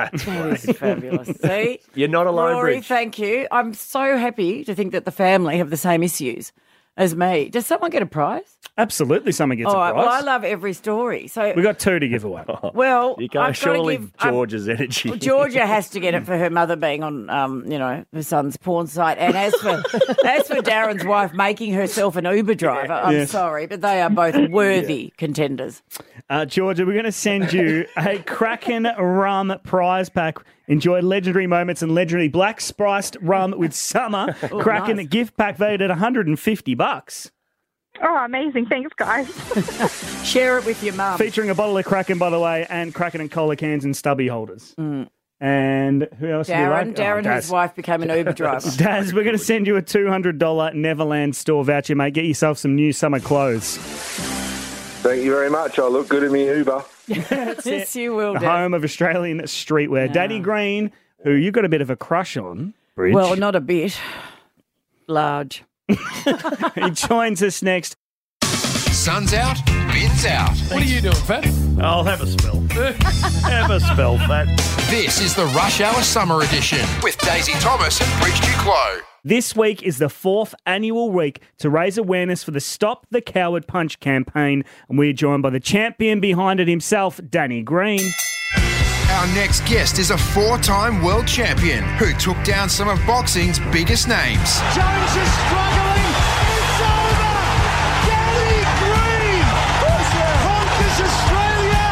Speaker 7: fabulous. See?
Speaker 6: You're not alone,
Speaker 7: Rory,
Speaker 6: Bridge.
Speaker 7: thank you. I'm so happy to think that the family have the same issues as me. Does someone get a prize?
Speaker 9: Absolutely, someone gets
Speaker 7: All
Speaker 9: a
Speaker 7: right. Well, I
Speaker 9: prize.
Speaker 7: love every story. So
Speaker 9: We've got two to give
Speaker 6: (laughs)
Speaker 9: away.
Speaker 7: Well,
Speaker 6: you
Speaker 7: I've
Speaker 6: can't
Speaker 7: gotta
Speaker 6: surely
Speaker 7: give- I've-
Speaker 6: George's energy.
Speaker 7: Well, Georgia has to get it for her mother being on, um, you know, her son's porn site. And as
Speaker 6: (laughs)
Speaker 7: for as for Darren's wife making herself an Uber driver, I'm
Speaker 9: Yes.
Speaker 7: sorry, but they are both worthy contenders.
Speaker 9: Uh, Georgia, we're going to send you a Kraken rum prize pack. Enjoy legendary moments and legendary black spiced rum with summer
Speaker 24: Ooh,
Speaker 9: Kraken
Speaker 24: nice.
Speaker 9: gift pack valued at 150 bucks.
Speaker 24: Oh, amazing. Thanks, guys.
Speaker 7: Share it with your mum.
Speaker 9: Featuring a bottle of Kraken, by the way, and Kraken and cola cans and stubby holders. And who else? do we
Speaker 7: Mm. Darren,
Speaker 9: like?
Speaker 7: Darren,
Speaker 9: Oh, Daz.
Speaker 7: his wife became an Uber driver.
Speaker 9: (laughs) Daz, we're going to send you a $200 Neverland store voucher, mate. Get yourself some new summer clothes.
Speaker 22: Thank you very much. I look good in me Uber.
Speaker 7: yes, you will,
Speaker 9: the
Speaker 7: Daz.
Speaker 9: home of Australian streetwear. Daddy Green, who you got a bit of a crush on. Bridge.
Speaker 7: Well, not a bit. Large.
Speaker 9: (laughs) he joins us next.
Speaker 1: Sun's out, bins out. What are you doing, Fat?
Speaker 6: I'll have
Speaker 1: (laughs)
Speaker 6: a spell. have a spell, Fat.
Speaker 1: This is the Rush Hour Summer Edition with Daisy Thomas and Bridge Duclos.
Speaker 9: This week is the fourth annual week to raise awareness for the Stop the Coward Punch campaign, and we're joined by the champion behind it himself, Danny Green.
Speaker 1: Our next guest is a four time world champion who took down some of boxing's biggest names.
Speaker 12: Jones is struggling. It's over. Danny Green conquers Australia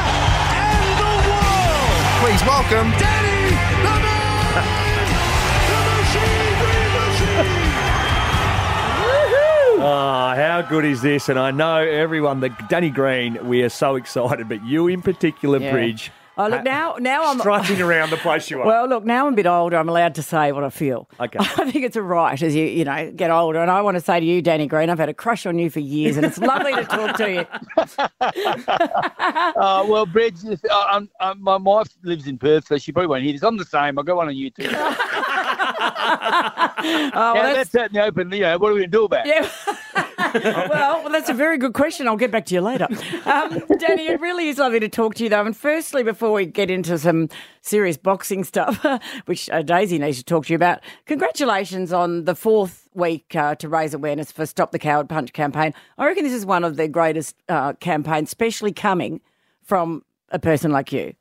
Speaker 12: and the world.
Speaker 1: Please welcome
Speaker 12: Danny the man, the machine, Green machine.
Speaker 6: Ah, how good is this? And I know everyone, that Danny Green, we are so excited, but you in particular,
Speaker 7: Yeah.
Speaker 6: Bridge.
Speaker 7: Oh, look, now, now I'm.
Speaker 6: Strutting around the place you are.
Speaker 7: Well, look, now I'm a bit older. I'm allowed to say what I feel. (laughs)
Speaker 6: Okay.
Speaker 7: I think it's a right as you, you know, get older. And I want to say to you, Danny Green, I've had a crush on you for years,
Speaker 6: (laughs)
Speaker 7: and it's lovely to talk to you.
Speaker 8: (laughs) uh, well, Bridge, if- uh, I'm, i my wife lives in Perth, so she probably won't hear this. I'm the same. I go one on YouTube.
Speaker 7: (laughs) Oh,
Speaker 8: yeah, that's out in the open. You know, what are we going to do about it?
Speaker 7: Yeah. (laughs) well, well, that's a very good question. I'll get back to you later. Um, Danny, it really is lovely to talk to you, though. And firstly, before we get into some serious boxing stuff, (laughs) which uh, Daisy needs to talk to you about, congratulations on the fourth week uh, to raise awareness for Stop the Coward Punch campaign. I reckon this is one of the greatest uh, campaigns, especially coming from a person like you.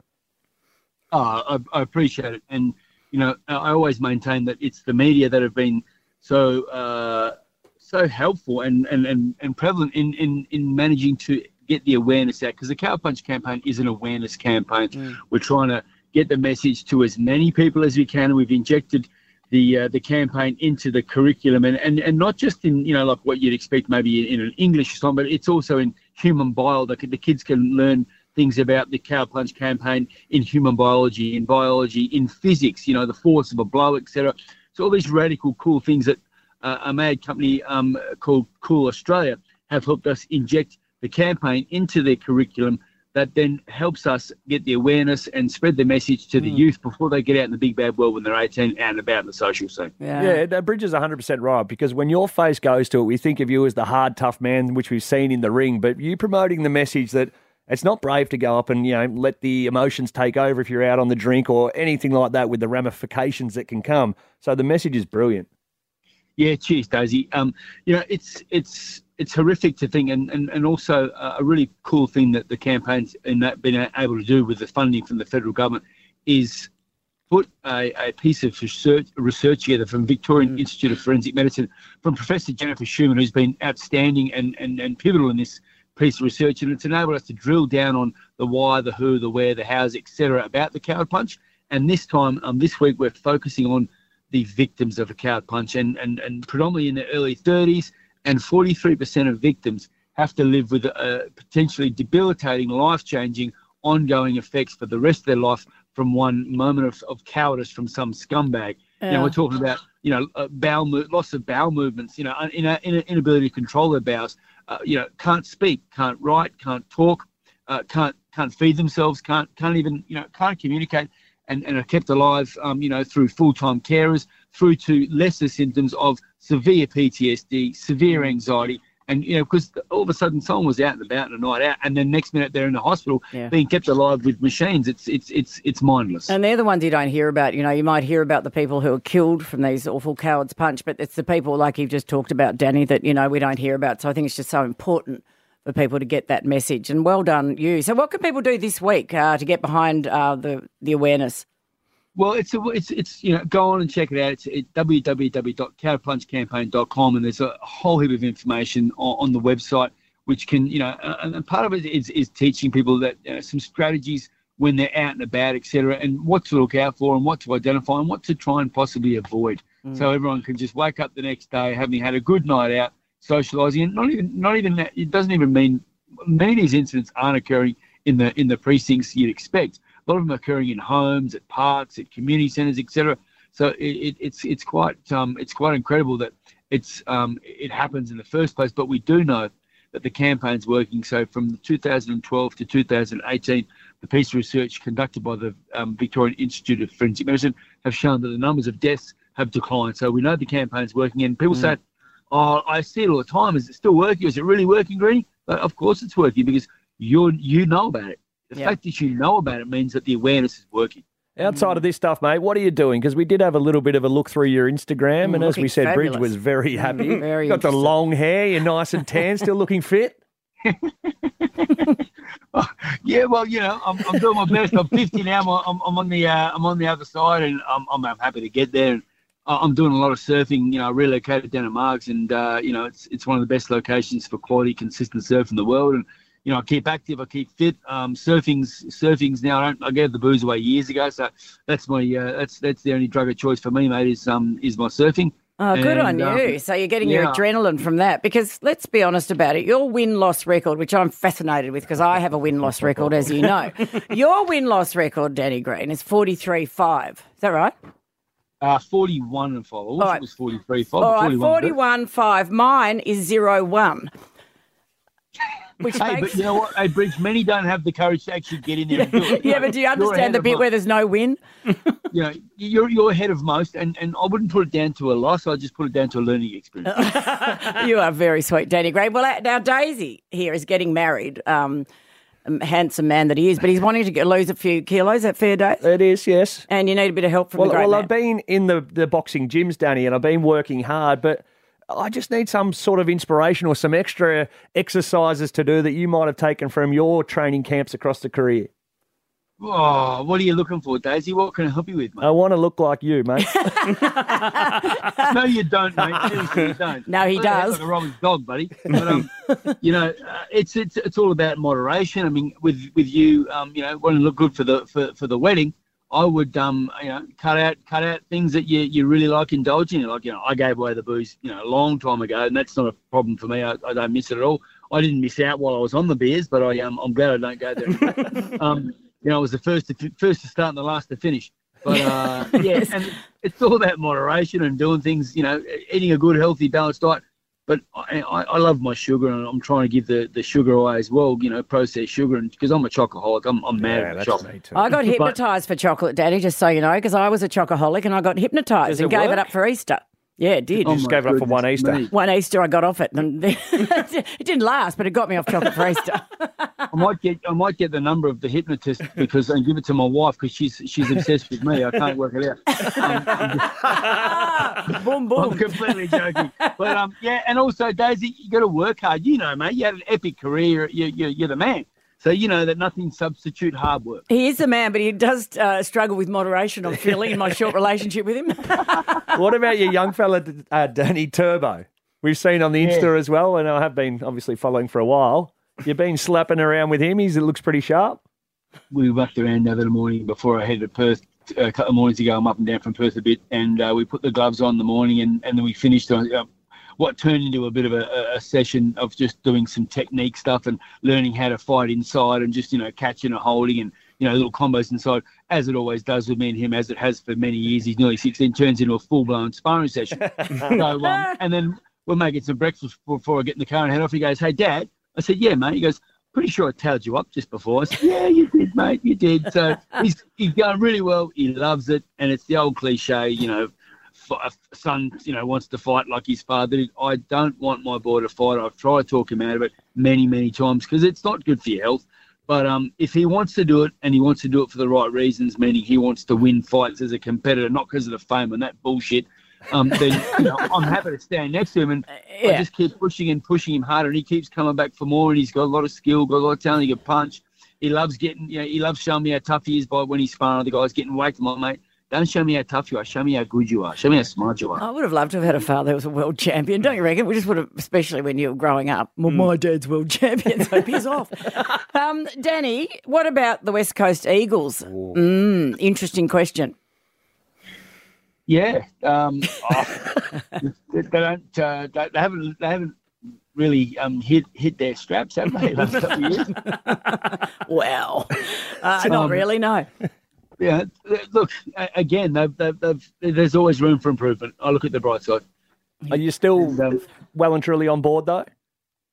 Speaker 8: Oh, I, I appreciate it, and you know, I I always maintain that it's the media that have been so uh, so helpful and, and, and, and prevalent in, in, in managing to get the awareness out because the Cow Punch campaign is an awareness campaign. We're trying to get the message to as many people as we can, and we've injected the uh, the campaign into the curriculum and, and and not just in you know like what you'd expect maybe in, in an English or something, but it's also in human biology. The kids can learn things about the cow punch campaign in human biology, in biology, in physics. You know the force of a blow, etc. So all these radical, cool things that uh, a mad company um, called Cool Australia have helped us inject the campaign into their curriculum. That then helps us get the awareness and spread the message to the youth before they get out in the big bad world when they're 18 and about in the social scene.
Speaker 6: Yeah. that Bridge is 100% right because when your face goes to it, we think of you as the hard, tough man, which we've seen in the ring, but you promoting the message that it's not brave to go up and, you know, let the emotions take over if you're out on the drink or anything like that with the ramifications that can come. So the message is brilliant.
Speaker 8: Yeah, cheers, Daisy. Um, you know, it's it's it's horrific to think, and and, and also uh, a really cool thing that the campaign's and that been able to do with the funding from the federal government is put a, a piece of research research together from Victorian Institute of Forensic Medicine from Professor Jennifer Schumann, who's been outstanding and, and, and pivotal in this piece of research, and it's enabled us to drill down on the why, the who, the where, the hows, etc., about the coward punch. And this time, um, this week, we're focusing on the victims of a coward punch, and, and, and predominantly in the early 30s, and 43% of victims have to live with uh, potentially debilitating, life changing, ongoing effects for the rest of their life from one moment of, of cowardice from some scumbag. You
Speaker 5: Yeah.
Speaker 8: know, we're talking about you know uh, bowel mo- loss of bowel movements. You know, un- in a, in a inability to control their bowels. Uh, you know, can't speak, can't write, can't talk, uh, can't can't feed themselves, can't can't even you know can't communicate, and and are kept alive. Um, you know, through full time carers, through to lesser symptoms of severe PTSD, severe anxiety. And you know, because all of a sudden someone was out and about on a night out, and then next minute they're in the hospital
Speaker 7: Yeah.
Speaker 8: being kept alive with machines. It's it's it's it's mindless.
Speaker 7: And they're the ones you don't hear about. You know, you might hear about the people who are killed from these awful cowards' punch, but it's the people like you've just talked about, Danny, that, you know, we don't hear about. So I think it's just so important for people to get that message. And well done, you. So what can people do this week uh, to get behind uh, the, the awareness?
Speaker 8: Well, it's a, it's it's you know go on and check it out. It's at www.counterplungecampaign.com and there's a whole heap of information on, on the website, which can you know and, and part of it is, is teaching people that you know, some strategies when they're out and about, etc., and what to look out for and what to identify and what to try and possibly avoid.
Speaker 13: Mm.
Speaker 8: So everyone can just wake up the next day having had a good night out, socialising, and not even not even that. It doesn't even mean many of these incidents aren't occurring in the in the precincts you'd expect. A lot of them are occurring in homes, at parks, at community centres, etc. So it, it, it's it's quite um, it's quite incredible that it's um, it happens in the first place. But we do know that the campaign's working. So from 2012 to 2018, the piece of research conducted by the um, Victorian Institute of Forensic Medicine have shown that the numbers of deaths have declined. So we know the campaign's working. And people say, "Oh, I see it all the time. Is it still working? Is it really working, Greeny?" But of course, it's working because you you know about it. The fact that you know about it means that the awareness is working.
Speaker 11: Outside of this stuff, mate, what are you doing? Because we did have a little bit of a look through your Instagram,
Speaker 8: Mm,
Speaker 11: and as we
Speaker 8: looking
Speaker 11: said, Bridge
Speaker 8: fabulous.
Speaker 11: was very
Speaker 7: Mm-hmm. (laughs)
Speaker 11: happy.
Speaker 8: Mm, very
Speaker 11: Got the
Speaker 8: interested.
Speaker 11: long hair, you're nice and tan, still looking fit.
Speaker 8: Yeah, well, you know, I'm, I'm doing my best. I'm 50 now. I'm, I'm, I'm on the uh, I'm on the other side, and I'm, I'm, I'm happy to get there. And I- I'm doing a lot of surfing. You know, I relocated down to Margs, and uh, you know, it's it's one of the best locations for quality, consistent surf in the world. And you know, I keep active, I keep fit. Um, surfing's surfing's now. I, don't, I gave the booze away years ago, so that's my uh, that's that's the only drug of choice for me, mate. Is um is my surfing.
Speaker 7: Oh, good on
Speaker 8: And, um,
Speaker 7: you. So you're getting your
Speaker 8: yeah.
Speaker 7: adrenaline from that because let's be honest about it. Your win loss record, which I'm fascinated with because I have a win loss record, as you (laughs) know. your win loss record, Danny Green, is 43 5. Is that right?
Speaker 8: Uh, 41 and five. I wish it was 43. Five,
Speaker 7: All right,
Speaker 8: 41.
Speaker 7: 41 5. Mine is 0 1. Which
Speaker 8: hey,
Speaker 7: makes-
Speaker 8: but you know what? Hey, Bridge, many don't have the courage to actually get in there. And do
Speaker 7: (laughs)
Speaker 8: it.
Speaker 7: yeah, but do you
Speaker 8: You're ahead
Speaker 7: understand the
Speaker 8: of
Speaker 7: bit
Speaker 8: most.
Speaker 7: where there's no win?
Speaker 8: you know, you're you're ahead of most, and, and I wouldn't put it down to a loss. I just put it down to a learning experience.
Speaker 7: you are very sweet, Danny Gray. Well, uh, now Daisy here is getting married. Um, um, handsome man that he is, but he's wanting to get, lose a few kilos. Is that fair, Dave?
Speaker 11: It is, yes.
Speaker 7: And you need a bit of help (laughs) from
Speaker 11: well,
Speaker 7: the great
Speaker 11: well
Speaker 7: man.
Speaker 11: I've been in the, the boxing gyms, Danny, and I've been working hard, but I just need some sort of inspiration or some extra exercises to do that you might have taken from your training camps across the
Speaker 7: (laughs)
Speaker 11: career.
Speaker 8: oh, what are you looking for, Daisy? What can I help you with, mate?
Speaker 11: I want to look like you,
Speaker 7: (laughs)
Speaker 11: mate.
Speaker 8: no, you don't, mate. Seriously, you don't.
Speaker 7: No, he
Speaker 8: Look at that,
Speaker 7: does.
Speaker 8: Like a Robbie's dog, buddy. But
Speaker 7: (laughs)
Speaker 8: um, you know, uh, it's it's it's all about moderation. I mean, with with you, um, you know, wanting to look good for the for, for the wedding, I would um, you know, cut out cut out things that you you really like indulging in. Like you know, I gave away the booze, you know, a long time ago, and that's not a problem for me. I, I don't miss it at all. I didn't miss out while I was on the beers, but I um, I'm glad I don't go there.
Speaker 7: (laughs)
Speaker 8: anymore. um, you know, I was the first to fi- first to start and the last to finish.
Speaker 7: (laughs)
Speaker 8: But uh, yeah, and it's all about moderation and doing things. You know, e, eating a good, healthy, balanced diet. But I, I, I love my sugar, and I'm trying to give the, the sugar away as well. You know, processed sugar, and because I'm a chocoholic, I'm, I'm mad at chocolate.
Speaker 11: (laughs)
Speaker 7: I got
Speaker 8: But-
Speaker 7: hypnotised for chocolate, Daddy, just so you know, because I was a chocoholic and I got hypnotised
Speaker 11: Does
Speaker 7: and
Speaker 11: it
Speaker 7: gave
Speaker 11: work?
Speaker 7: it up for Easter. Yeah, it did.
Speaker 11: You just Oh my gave it up for one goodness Easter. me.
Speaker 7: One Easter, I got off it. And (laughs) it didn't last, but it got me off chocolate for
Speaker 11: (laughs)
Speaker 7: Easter.
Speaker 8: I might get I might get the number of the hypnotist because and give it to my wife because she's she's obsessed with me. I can't work it out.
Speaker 7: (laughs) boom boom.
Speaker 8: I'm completely joking, but um yeah, and also Daisy, you got to work hard. You know, mate, you had an epic career. You you you're the man. So you know that nothing substitute hard work.
Speaker 7: He is a man, but he does uh, struggle with moderation, I'm feeling, in my short relationship with
Speaker 11: (laughs)
Speaker 7: him.
Speaker 11: what about your young fella, uh, Danny Turbo? We've seen on the Insta
Speaker 7: Yeah.
Speaker 11: as well, and I have been obviously following for a while.
Speaker 6: You've been slapping around with him. He's, it looks pretty sharp.
Speaker 8: we mucked around over the morning before I headed to Perth uh, a couple of mornings ago. I'm up and down from Perth a bit, and uh, we put the gloves on in the morning, and, and then we finished on uh, what turned into a bit of a, a- a session of just doing some technique stuff and learning how to fight inside and just you know catching and holding and you know little combos inside, as it always does with me and him, as it has for many years. He's nearly 16, turns into a full blown sparring session. so, um, and then we're making some breakfast before I get in the car and head off. He goes, "Hey, Dad." I said, "Yeah, mate." He goes, "Pretty sure I tailed you up just before." I said, "Yeah, you did, mate. You did." So he's he's going really well. He loves it, and it's the old cliche, you know, f- son, you know, wants to fight like his father. did. I don't want my boy to fight. I've tried to talk him out of it many, many times because it's not good for your health. But um, if he wants to do it and he wants to do it for the right reasons, meaning he wants to win fights as a competitor, not because of the fame and that bullshit, um, then you know, I'm happy to stand next to him. And I just keep pushing and pushing him harder, and he keeps coming back for more. And he's got a lot of skill, got a lot of talent. He can punch. He loves getting, you know, he loves showing me how tough he is by when he's sparring other guys, getting whacked. I'm like, mate, don't show me how tough you are. Show me how good you are. Show me how smart you are.
Speaker 7: I would have loved to have had a father who was a world champion, don't you reckon? We just would have, especially when you were growing up.
Speaker 11: Hmm.
Speaker 7: Well, my dad's world champion, so
Speaker 11: (laughs)
Speaker 7: piss off. Um, Danny, what about the West Coast Eagles? Mm, interesting question.
Speaker 8: Yeah,
Speaker 7: (laughs)
Speaker 8: um, oh, they they don't. Uh, they, they haven't. They haven't really um, hit hit their straps, have they? the last couple of years?
Speaker 7: (laughs) Wow. Uh, not
Speaker 8: Um,
Speaker 7: really, no.
Speaker 8: Yeah. th- Look, a- again, they've, they've, they've, there's always room for improvement. I look at the bright side.
Speaker 6: Are you still well and um, truly on board though?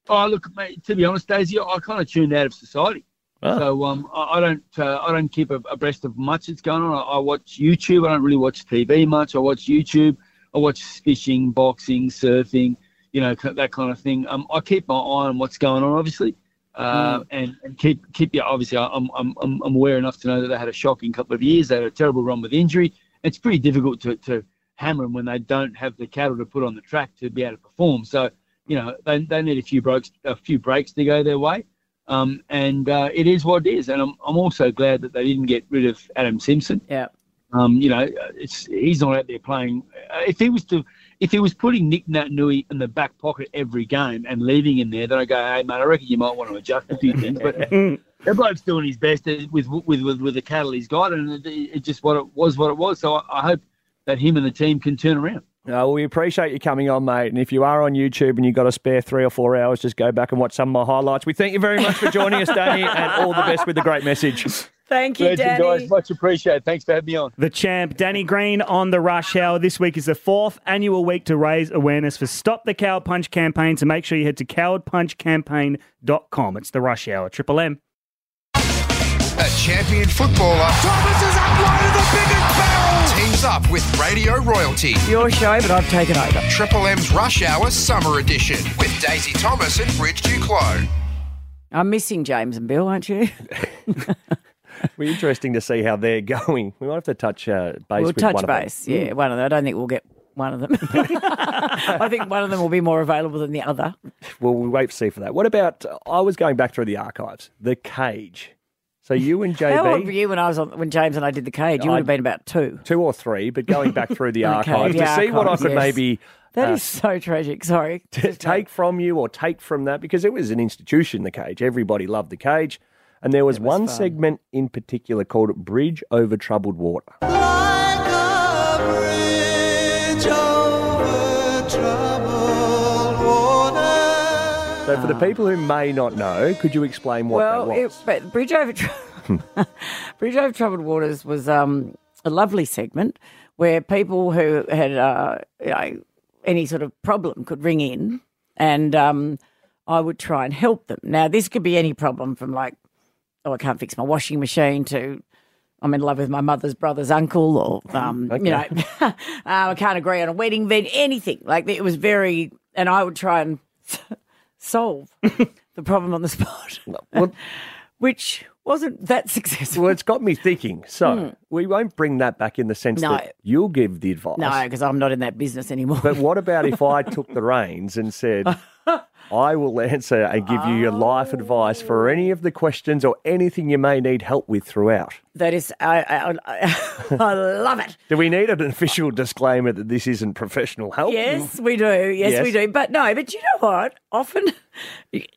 Speaker 8: Oh, look, mate. To be honest, Daisy, I kind of tuned out of society.
Speaker 6: Ah.
Speaker 8: So um, I, I don't uh, I don't keep ab- abreast of much that's going on. I, I watch YouTube. I don't really watch TV much. I watch YouTube. I watch fishing, boxing, surfing, you know ki- that kind of thing. Um, I keep my eye on what's going on, obviously, uh, and, and keep keep yeah. Obviously, I- I'm, I'm I'm I'm aware enough to know that they had a shocking couple of years. They had a terrible run with injury. It's pretty difficult to to hammer them when they don't have the cattle to put on the track to be able to perform. So you know they, they need a few breaks a few breaks to go their way. Um, and uh, it is what it is. And I'm, I'm also glad that they didn't get rid of Adam Simpson.
Speaker 7: Yeah.
Speaker 8: Um, you know, uh, it's he's not out there playing. uh, If he was to, if he was putting Nick Nui in the back pocket every game and leaving him there, then I go, hey mate, I reckon you might want to adjust a few things. But the bloke's doing his best uh, with with with, with the cattle he's got, and it, it just what it was, what it was. So I, I hope that him and the team can turn around.
Speaker 6: No, well, Uh, we appreciate you coming on, mate. And if you are on YouTube and you've got a spare three or four hours, just go back and watch some of my highlights. We thank you very much for joining us, (laughs) Danny, and all the best with the great message.
Speaker 7: Thank
Speaker 9: you, Legend, Danny. guys.
Speaker 8: Much appreciated. Thanks for having me on.
Speaker 9: The champ, Danny Green, on the rush hour. This week is the fourth annual week to raise awareness for Stop the Coward Punch campaign. So make sure you head to cowardpunchcampaign.com. It's the rush hour, Triple M.
Speaker 1: A champion footballer. Thomas is uploaded the biggest barrel. Teams up with Radio Royalty.
Speaker 7: Your show, but I've taken over.
Speaker 1: Triple M's Rush Hour Summer Edition with Daisy Thomas and Bridge Duclos.
Speaker 7: I'm missing James and Bill, aren't you? (laughs)
Speaker 6: Be interesting to see how they're going. We might have to touch uh, base
Speaker 7: we'll
Speaker 6: with
Speaker 7: touch
Speaker 6: one
Speaker 7: base.
Speaker 6: of them.
Speaker 7: Yeah, one of them. I don't think we'll get one of them. (laughs) I think one of them will be more available than the other.
Speaker 6: Well, we'll wait to see for that. What about? I was going back through the archives. The cage. So you and JB.
Speaker 7: How old were you when I was on, when James and I did the cage? You would have been about two,
Speaker 6: two or three. But going back through the
Speaker 7: (laughs) Okay,
Speaker 6: archives
Speaker 7: the
Speaker 6: to see what I
Speaker 7: archives,
Speaker 6: could
Speaker 7: yes.
Speaker 6: maybe
Speaker 7: That
Speaker 6: uh,
Speaker 7: is so tragic. Sorry.
Speaker 6: t- take from you or take from that because it was an institution. The cage. Everybody loved the cage, and there was, one segment in particular called "Bridge Over Troubled Water." So, for the people who may not know, could you explain what
Speaker 7: Ah. well,
Speaker 6: that was?
Speaker 7: it, but Bridge Over Trou- (laughs) Bridge Over Troubled Waters was um, a lovely segment where people who had uh, you know, any sort of problem could ring in, and um, I would try and help them. Now, this could be any problem from like, oh, I can't fix my washing machine to. I'm in love with my mother's brother's uncle, or um,
Speaker 6: Okay.
Speaker 7: you know, (laughs) uh, I can't agree on a wedding venue, anything like it was very. And I would try and (laughs) solve the problem on the spot, (laughs) which wasn't that successful.
Speaker 6: Well, it's got me thinking. So
Speaker 7: Hmm.
Speaker 6: we won't bring that back in the sense
Speaker 7: No.
Speaker 6: that you'll give the advice.
Speaker 7: No, because I'm not in that business anymore.
Speaker 6: But what about
Speaker 7: (laughs)
Speaker 6: if I took the reins and said, I will answer and give you your life advice for any of the questions or anything you may need help with throughout?
Speaker 7: That is, I, I, I, I love it.
Speaker 6: Do we need an official disclaimer that this isn't professional help? Mm.
Speaker 7: Yes, we do. Yes, we
Speaker 6: Oh. Yes.
Speaker 7: do. But no, but you know what? Often (laughs)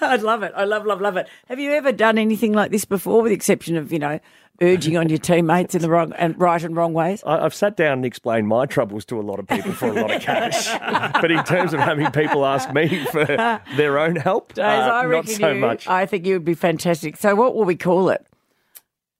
Speaker 7: I love it. I love, love, love it. Have you ever done anything like this before, with the exception of you know urging on your teammates in the wrong and right and wrong ways?
Speaker 6: I, I've sat down and explained my troubles to a lot of people for a lot of cash. but in terms of having people ask me for
Speaker 7: (laughs)
Speaker 6: their own
Speaker 7: (laughs)
Speaker 6: help,
Speaker 7: Days,
Speaker 6: uh,
Speaker 7: I
Speaker 6: not
Speaker 7: reckon
Speaker 6: so
Speaker 7: you,
Speaker 6: much.
Speaker 7: I think you would be fantastic. So, what will we call it?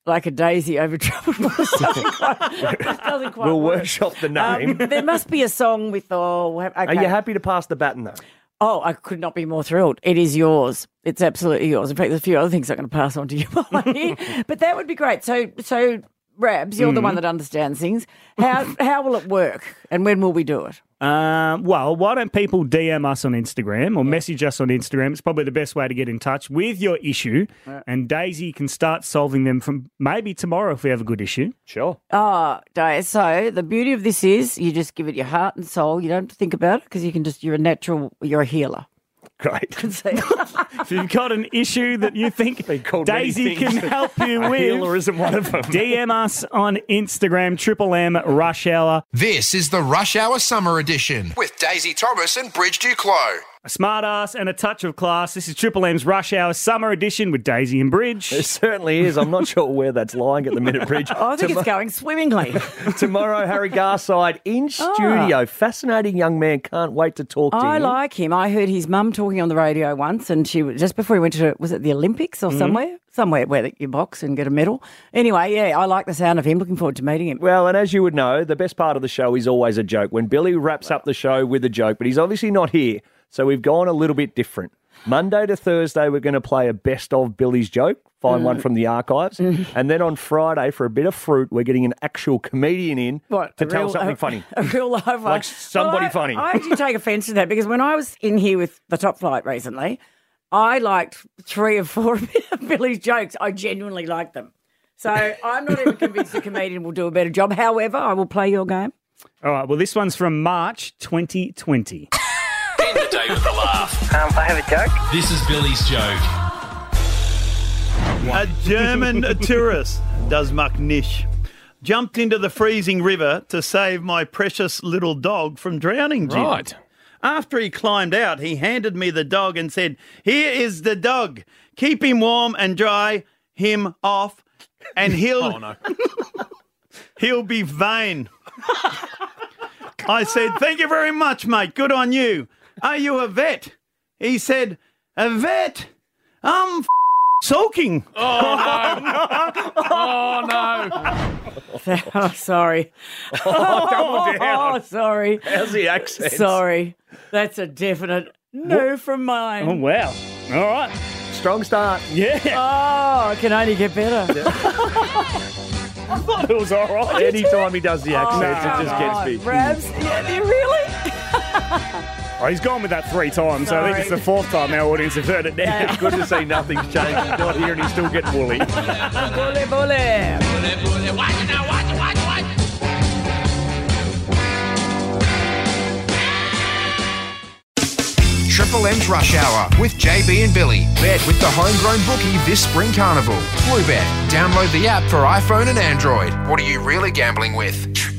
Speaker 7: Like a daisy over troubled water. Doesn't quite- doesn't quite
Speaker 6: We'll
Speaker 7: work.
Speaker 6: workshop the name.
Speaker 7: (laughs) Um, there must be a song with all. Okay.
Speaker 6: Are you happy to pass the baton though?
Speaker 7: Oh, I could not be more thrilled. It is yours. It's absolutely yours. In fact, there's a few other things I'm going to pass on to you (laughs) while I'm here. But that would be great. So, so Rabs, you're the
Speaker 9: Mhm.
Speaker 7: one that understands things. How how will it work, and when will we do it?
Speaker 9: Um, well, why don't people DM us on Instagram or message us on Instagram? It's probably the best way to get in touch with your issue, and Daisy can start solving them from maybe tomorrow if we have a good issue.
Speaker 6: Sure.
Speaker 7: Oh, Dave. So the beauty of this is you just give it your heart and soul. You don't think about it because you can just you're a natural. You're a healer.
Speaker 6: Great.
Speaker 7: (laughs)
Speaker 9: if you've got an issue that you think
Speaker 6: many
Speaker 9: Daisy
Speaker 6: things.
Speaker 9: can help you
Speaker 6: A
Speaker 9: with,
Speaker 6: healer isn't one of them.
Speaker 9: DM us on Instagram, Triple M Rush Hour.
Speaker 1: This is the Rush Hour Summer Edition with Daisy Thomas and Bridge Duclos.
Speaker 9: A smart ass and a touch of class. This is Triple M's Rush Hour Summer Edition with Daisy and Bridge. It
Speaker 6: certainly is.
Speaker 7: (laughs)
Speaker 6: I'm not sure where that's lying at the minute, Bridge.
Speaker 7: Oh, I think it's going swimmingly.
Speaker 6: (laughs)
Speaker 7: Ah.
Speaker 6: Tomorrow, Harry Garside
Speaker 7: (laughs)
Speaker 6: in studio. Fascinating young man. Can't wait to talk to
Speaker 7: I
Speaker 6: him.
Speaker 7: like him. I heard his mum talking on the radio once, and she was just before he went to was it the Olympics or
Speaker 6: Mhm.
Speaker 7: somewhere, somewhere where you box and get a medal. Anyway, yeah, I like the sound of him. Looking forward to meeting him.
Speaker 6: Well, and as you would know, the best part of the show is always a joke. When Billy wraps up the show with a joke, but he's obviously not here, so we've gone a little bit different. Monday to Thursday, we're going to play a best of Billy's joke, find
Speaker 16: Mm.
Speaker 6: one from the archives,
Speaker 7: Mm.
Speaker 6: and then on Friday for a bit of fruit, we're getting an actual comedian in
Speaker 7: What,
Speaker 6: to
Speaker 7: a
Speaker 6: tell
Speaker 7: real- uh,
Speaker 6: something
Speaker 7: a-
Speaker 6: funny.
Speaker 7: (laughs) a real life one.
Speaker 6: Like somebody
Speaker 7: Well, I-
Speaker 6: funny.
Speaker 7: I actually take offence to that because when I was in here with the Top Flight recently, I liked three or four (laughs) of Billy's jokes. I genuinely liked them. So I'm not even
Speaker 6: (laughs)
Speaker 7: convinced (laughs) the comedian will do a better job. However, I will play your game.
Speaker 9: All right. Well, this one's from March 2020.
Speaker 8: End the day with a laugh. Um, I have a joke. This is Billy's joke.
Speaker 21: A German tourist does muck nish. Jumped into the freezing river to save my precious little dog from drowning. Jim.
Speaker 8: Right.
Speaker 21: After he climbed out, he handed me the dog and said, Here is the dog. Keep him warm and dry him off, and he'll (laughs) he'll be vain. I said, Thank you very much, mate. Good on you. Are you a vet? He said, A vet? I'm f- soaking.
Speaker 8: Oh,
Speaker 1: (laughs)
Speaker 8: no. oh, no.
Speaker 7: oh, sorry.
Speaker 8: Oh, double down.
Speaker 7: (laughs) Oh, sorry.
Speaker 6: How's the accent?
Speaker 7: Sorry. That's a definite no from mine.
Speaker 9: Oh, wow. All right.
Speaker 6: Strong start.
Speaker 9: Yeah.
Speaker 7: Oh,
Speaker 6: (laughs)
Speaker 7: I can only get better.
Speaker 9: I thought it was all
Speaker 7: (laughs)
Speaker 9: right.
Speaker 6: Anytime he does the accents,
Speaker 9: Oh,
Speaker 6: it just
Speaker 9: come
Speaker 6: gets
Speaker 9: on.
Speaker 6: me.
Speaker 7: Rabs, yeah, really?
Speaker 9: Oh, he's gone with that three times, so I think
Speaker 6: Sorry.
Speaker 9: it's the fourth time our audience have heard it now.
Speaker 6: Good to see nothing's changed. He's not here and he's still getting woolly.
Speaker 7: Bully, bully.
Speaker 1: Triple M's Rush Hour with JB and Billy. Bet with the homegrown bookie this spring carnival. Bluebet. Download the app for iPhone and Android. What are you really gambling with?